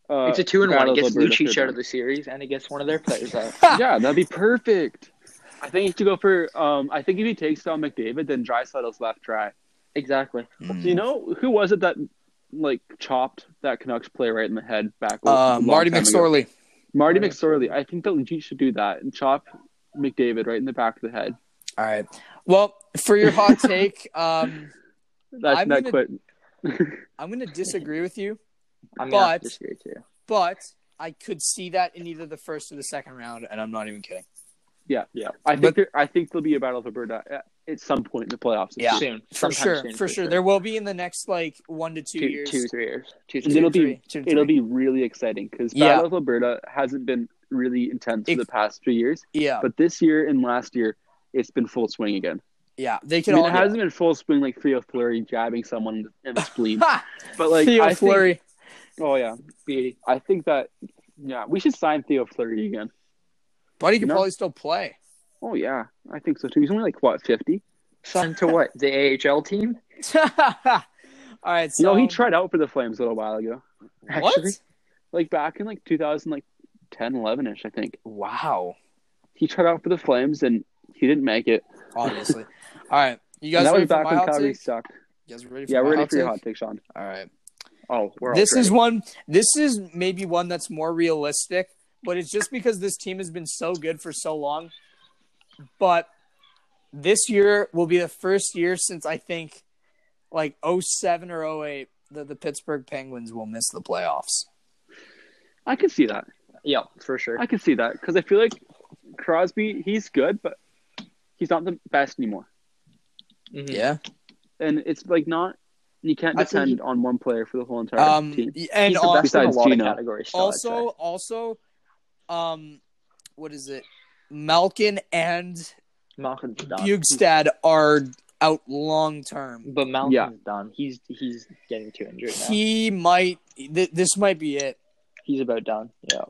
Speaker 3: Uh,
Speaker 2: it's a two and one.
Speaker 3: Battle
Speaker 2: It
Speaker 3: of
Speaker 2: gets
Speaker 3: Alberta,
Speaker 2: Lucic
Speaker 3: third
Speaker 2: out
Speaker 3: round.
Speaker 2: of the series, and it gets one of their players uh,
Speaker 1: (laughs)
Speaker 2: out.
Speaker 3: yeah, that'd be perfect. I think you have to go for. Um, I think if he takes down McDavid, then Drysaddle's left dry.
Speaker 2: exactly.
Speaker 1: Hmm.
Speaker 3: Do
Speaker 1: Mm.
Speaker 3: you know who was it that like chopped that Canucks player right in the head back? a
Speaker 1: Uh,
Speaker 3: long
Speaker 1: Marty
Speaker 3: time ago?
Speaker 1: McSorley.
Speaker 3: Marty McSorley. I think that Lucic should do that and chop McDavid right in the back of the head.
Speaker 1: All right. Well, for your hot take, um,
Speaker 3: That's
Speaker 1: I'm
Speaker 3: not
Speaker 1: gonna-
Speaker 3: quit.
Speaker 1: I'm going to disagree with you,
Speaker 2: I'm
Speaker 1: But-
Speaker 2: gonna have to disagree too.
Speaker 1: but I could see that in either the first or the second round, and I'm not even kidding.
Speaker 3: Yeah, yeah. I think
Speaker 1: But-
Speaker 3: there, I think there'll be a battle of Alberta at, at some point in the playoffs. this
Speaker 1: Yeah.
Speaker 3: year.
Speaker 2: Soon,
Speaker 1: For
Speaker 2: Sometime
Speaker 1: sure,
Speaker 2: soon,
Speaker 1: for sure. There will be in the next like one to two,
Speaker 2: two,
Speaker 1: years.
Speaker 2: two, three years. Two,
Speaker 3: And
Speaker 2: three
Speaker 3: it'll
Speaker 2: years.
Speaker 3: be
Speaker 1: Two to
Speaker 3: it'll
Speaker 1: three.
Speaker 3: be really exciting because
Speaker 1: Yeah.
Speaker 3: Battle of Alberta hasn't been really intense
Speaker 1: It-
Speaker 3: for the past few years,
Speaker 1: yeah,
Speaker 3: but this year and last year it's been full swing again.
Speaker 1: yeah. They
Speaker 3: I
Speaker 1: can
Speaker 3: mean,
Speaker 1: all
Speaker 3: it hasn't been full swing like Theo Fleury jabbing someone in the- in the
Speaker 1: (laughs)
Speaker 3: spleen,
Speaker 1: (laughs) Ha!
Speaker 3: but (laughs) like
Speaker 1: Theo
Speaker 3: I think-
Speaker 1: Fleury.
Speaker 3: oh yeah, I think that yeah we should sign Theo Fleury again.
Speaker 1: Buddy can
Speaker 3: No.
Speaker 1: probably still play. (laughs)
Speaker 3: Oh yeah, I think so too. He's only like what fifty.
Speaker 2: Signed to what? The AHL team?
Speaker 1: All right, so
Speaker 3: you know, he tried out for the Flames a little while ago,
Speaker 1: what?
Speaker 2: actually.
Speaker 3: like back in like 2000, like 10, 11 ish, I think.
Speaker 1: Wow,
Speaker 3: He tried out for the Flames and he didn't make it. (laughs)
Speaker 1: obviously. All right, you guys
Speaker 3: And that
Speaker 1: ready
Speaker 3: was
Speaker 1: for
Speaker 3: back
Speaker 1: my
Speaker 3: when
Speaker 1: hot
Speaker 3: Calgary
Speaker 1: take?
Speaker 3: sucked.
Speaker 1: You guys ready for
Speaker 3: Yeah,
Speaker 1: my
Speaker 3: we're ready
Speaker 1: hot
Speaker 3: for your
Speaker 1: take?
Speaker 3: hot take, Sean.
Speaker 1: All right.
Speaker 3: Oh, we're all
Speaker 1: this is
Speaker 3: ready.
Speaker 1: one this is maybe one that's more realistic but it's just because this team has been so good for so long but this year will be the first year since i think like 07 or 08 that the pittsburgh penguins will miss the playoffs
Speaker 3: I can see that.
Speaker 2: Yeah, for sure.
Speaker 3: I can see that because I feel like Crosby, he's good, but he's not the best anymore.
Speaker 2: Mhm.
Speaker 1: yeah
Speaker 3: And it's like not you can't
Speaker 2: I think
Speaker 3: depend
Speaker 2: he-
Speaker 3: on one player for the whole entire
Speaker 1: um
Speaker 3: team.
Speaker 1: and
Speaker 2: He's the best in a
Speaker 3: Besides
Speaker 2: lot of
Speaker 3: Gino.
Speaker 2: categories. still, I'd
Speaker 1: also
Speaker 2: say.
Speaker 1: also um what is it malkin and
Speaker 2: Malkin's done.
Speaker 1: bugstad are out long term
Speaker 2: But Malkin's
Speaker 3: Yeah.
Speaker 2: done. He's he's getting too injured now.
Speaker 1: he might th- this might be it
Speaker 2: he's about done. Yeah.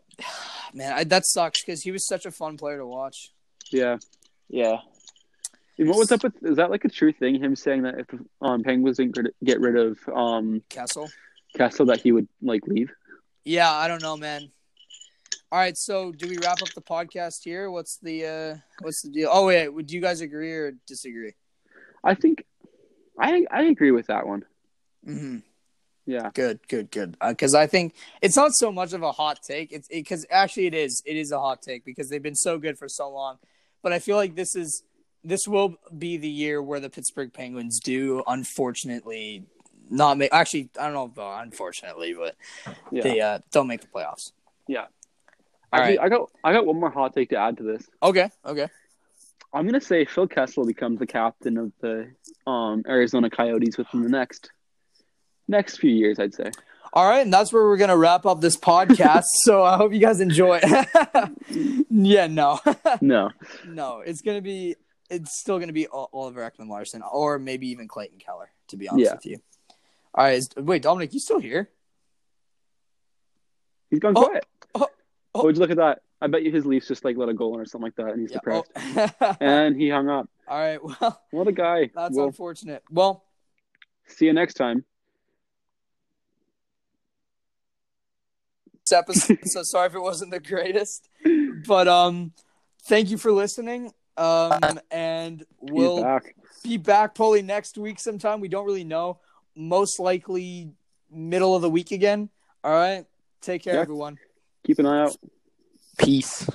Speaker 1: Man, I, that sucks because he was such a fun player to watch.
Speaker 3: Yeah.
Speaker 2: Yeah.
Speaker 3: And what was up with is that like a true thing? Him saying that if um, Penguins didn't grid- get rid of um,
Speaker 1: Kessel.
Speaker 3: Kessel, that he would like leave.
Speaker 1: Yeah, I don't know, man. All right, so do we wrap up the podcast here? What's the uh what's the deal? Oh wait, would you guys agree or disagree?
Speaker 3: I think I I agree with that one.
Speaker 1: Mm-hmm.
Speaker 3: Yeah,
Speaker 1: Good, good, good. Because I think it's not so much of a hot take. It's because actually it is. It is a hot take because they've been so good for so long. But I feel like this is this will be the year where the Pittsburgh Penguins do unfortunately not make. Actually, I don't know about unfortunately, but
Speaker 3: yeah.
Speaker 1: they uh, don't make the playoffs.
Speaker 3: Yeah.
Speaker 1: All
Speaker 3: Actually,
Speaker 1: right.
Speaker 3: I got I got one more hot take to add to this.
Speaker 1: Okay. Okay.
Speaker 3: I'm gonna say Phil Kessel becomes the captain of the um, Arizona Coyotes within the next next few years. I'd say.
Speaker 1: All right, and that's where we're gonna wrap up this
Speaker 3: (laughs)
Speaker 1: podcast. so I hope you guys enjoy. (laughs) yeah. No. (laughs)
Speaker 3: No,
Speaker 1: no. It's gonna be. It's still gonna be O- Oliver Ekman Larson, or maybe even Clayton Keller. To be honest
Speaker 3: Yeah.
Speaker 1: with you. All right. Is, wait, Dominic, you still here?
Speaker 3: he's gone
Speaker 1: Oh,
Speaker 3: quiet.
Speaker 1: oh, oh.
Speaker 3: Would you look at that? I bet you his Leafs just like let a goal in or something like that, and he's
Speaker 1: Yeah,
Speaker 3: depressed.
Speaker 1: oh. (laughs)
Speaker 3: And he hung up.
Speaker 1: All right. Well,
Speaker 3: What a guy!
Speaker 1: that's
Speaker 3: Well,
Speaker 1: unfortunate. Well.
Speaker 3: see you next time.
Speaker 1: this episode, so sorry if it wasn't the
Speaker 3: (laughs)
Speaker 1: greatest. But um, thank you for listening. Um, and
Speaker 3: He's
Speaker 1: we'll
Speaker 3: back.
Speaker 1: be back probably next week sometime. We don't really know. Most likely middle of the week again. All right. Take care,
Speaker 3: Yeah.
Speaker 1: everyone.
Speaker 3: Keep an eye out,
Speaker 1: Peace.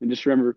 Speaker 3: and just remember,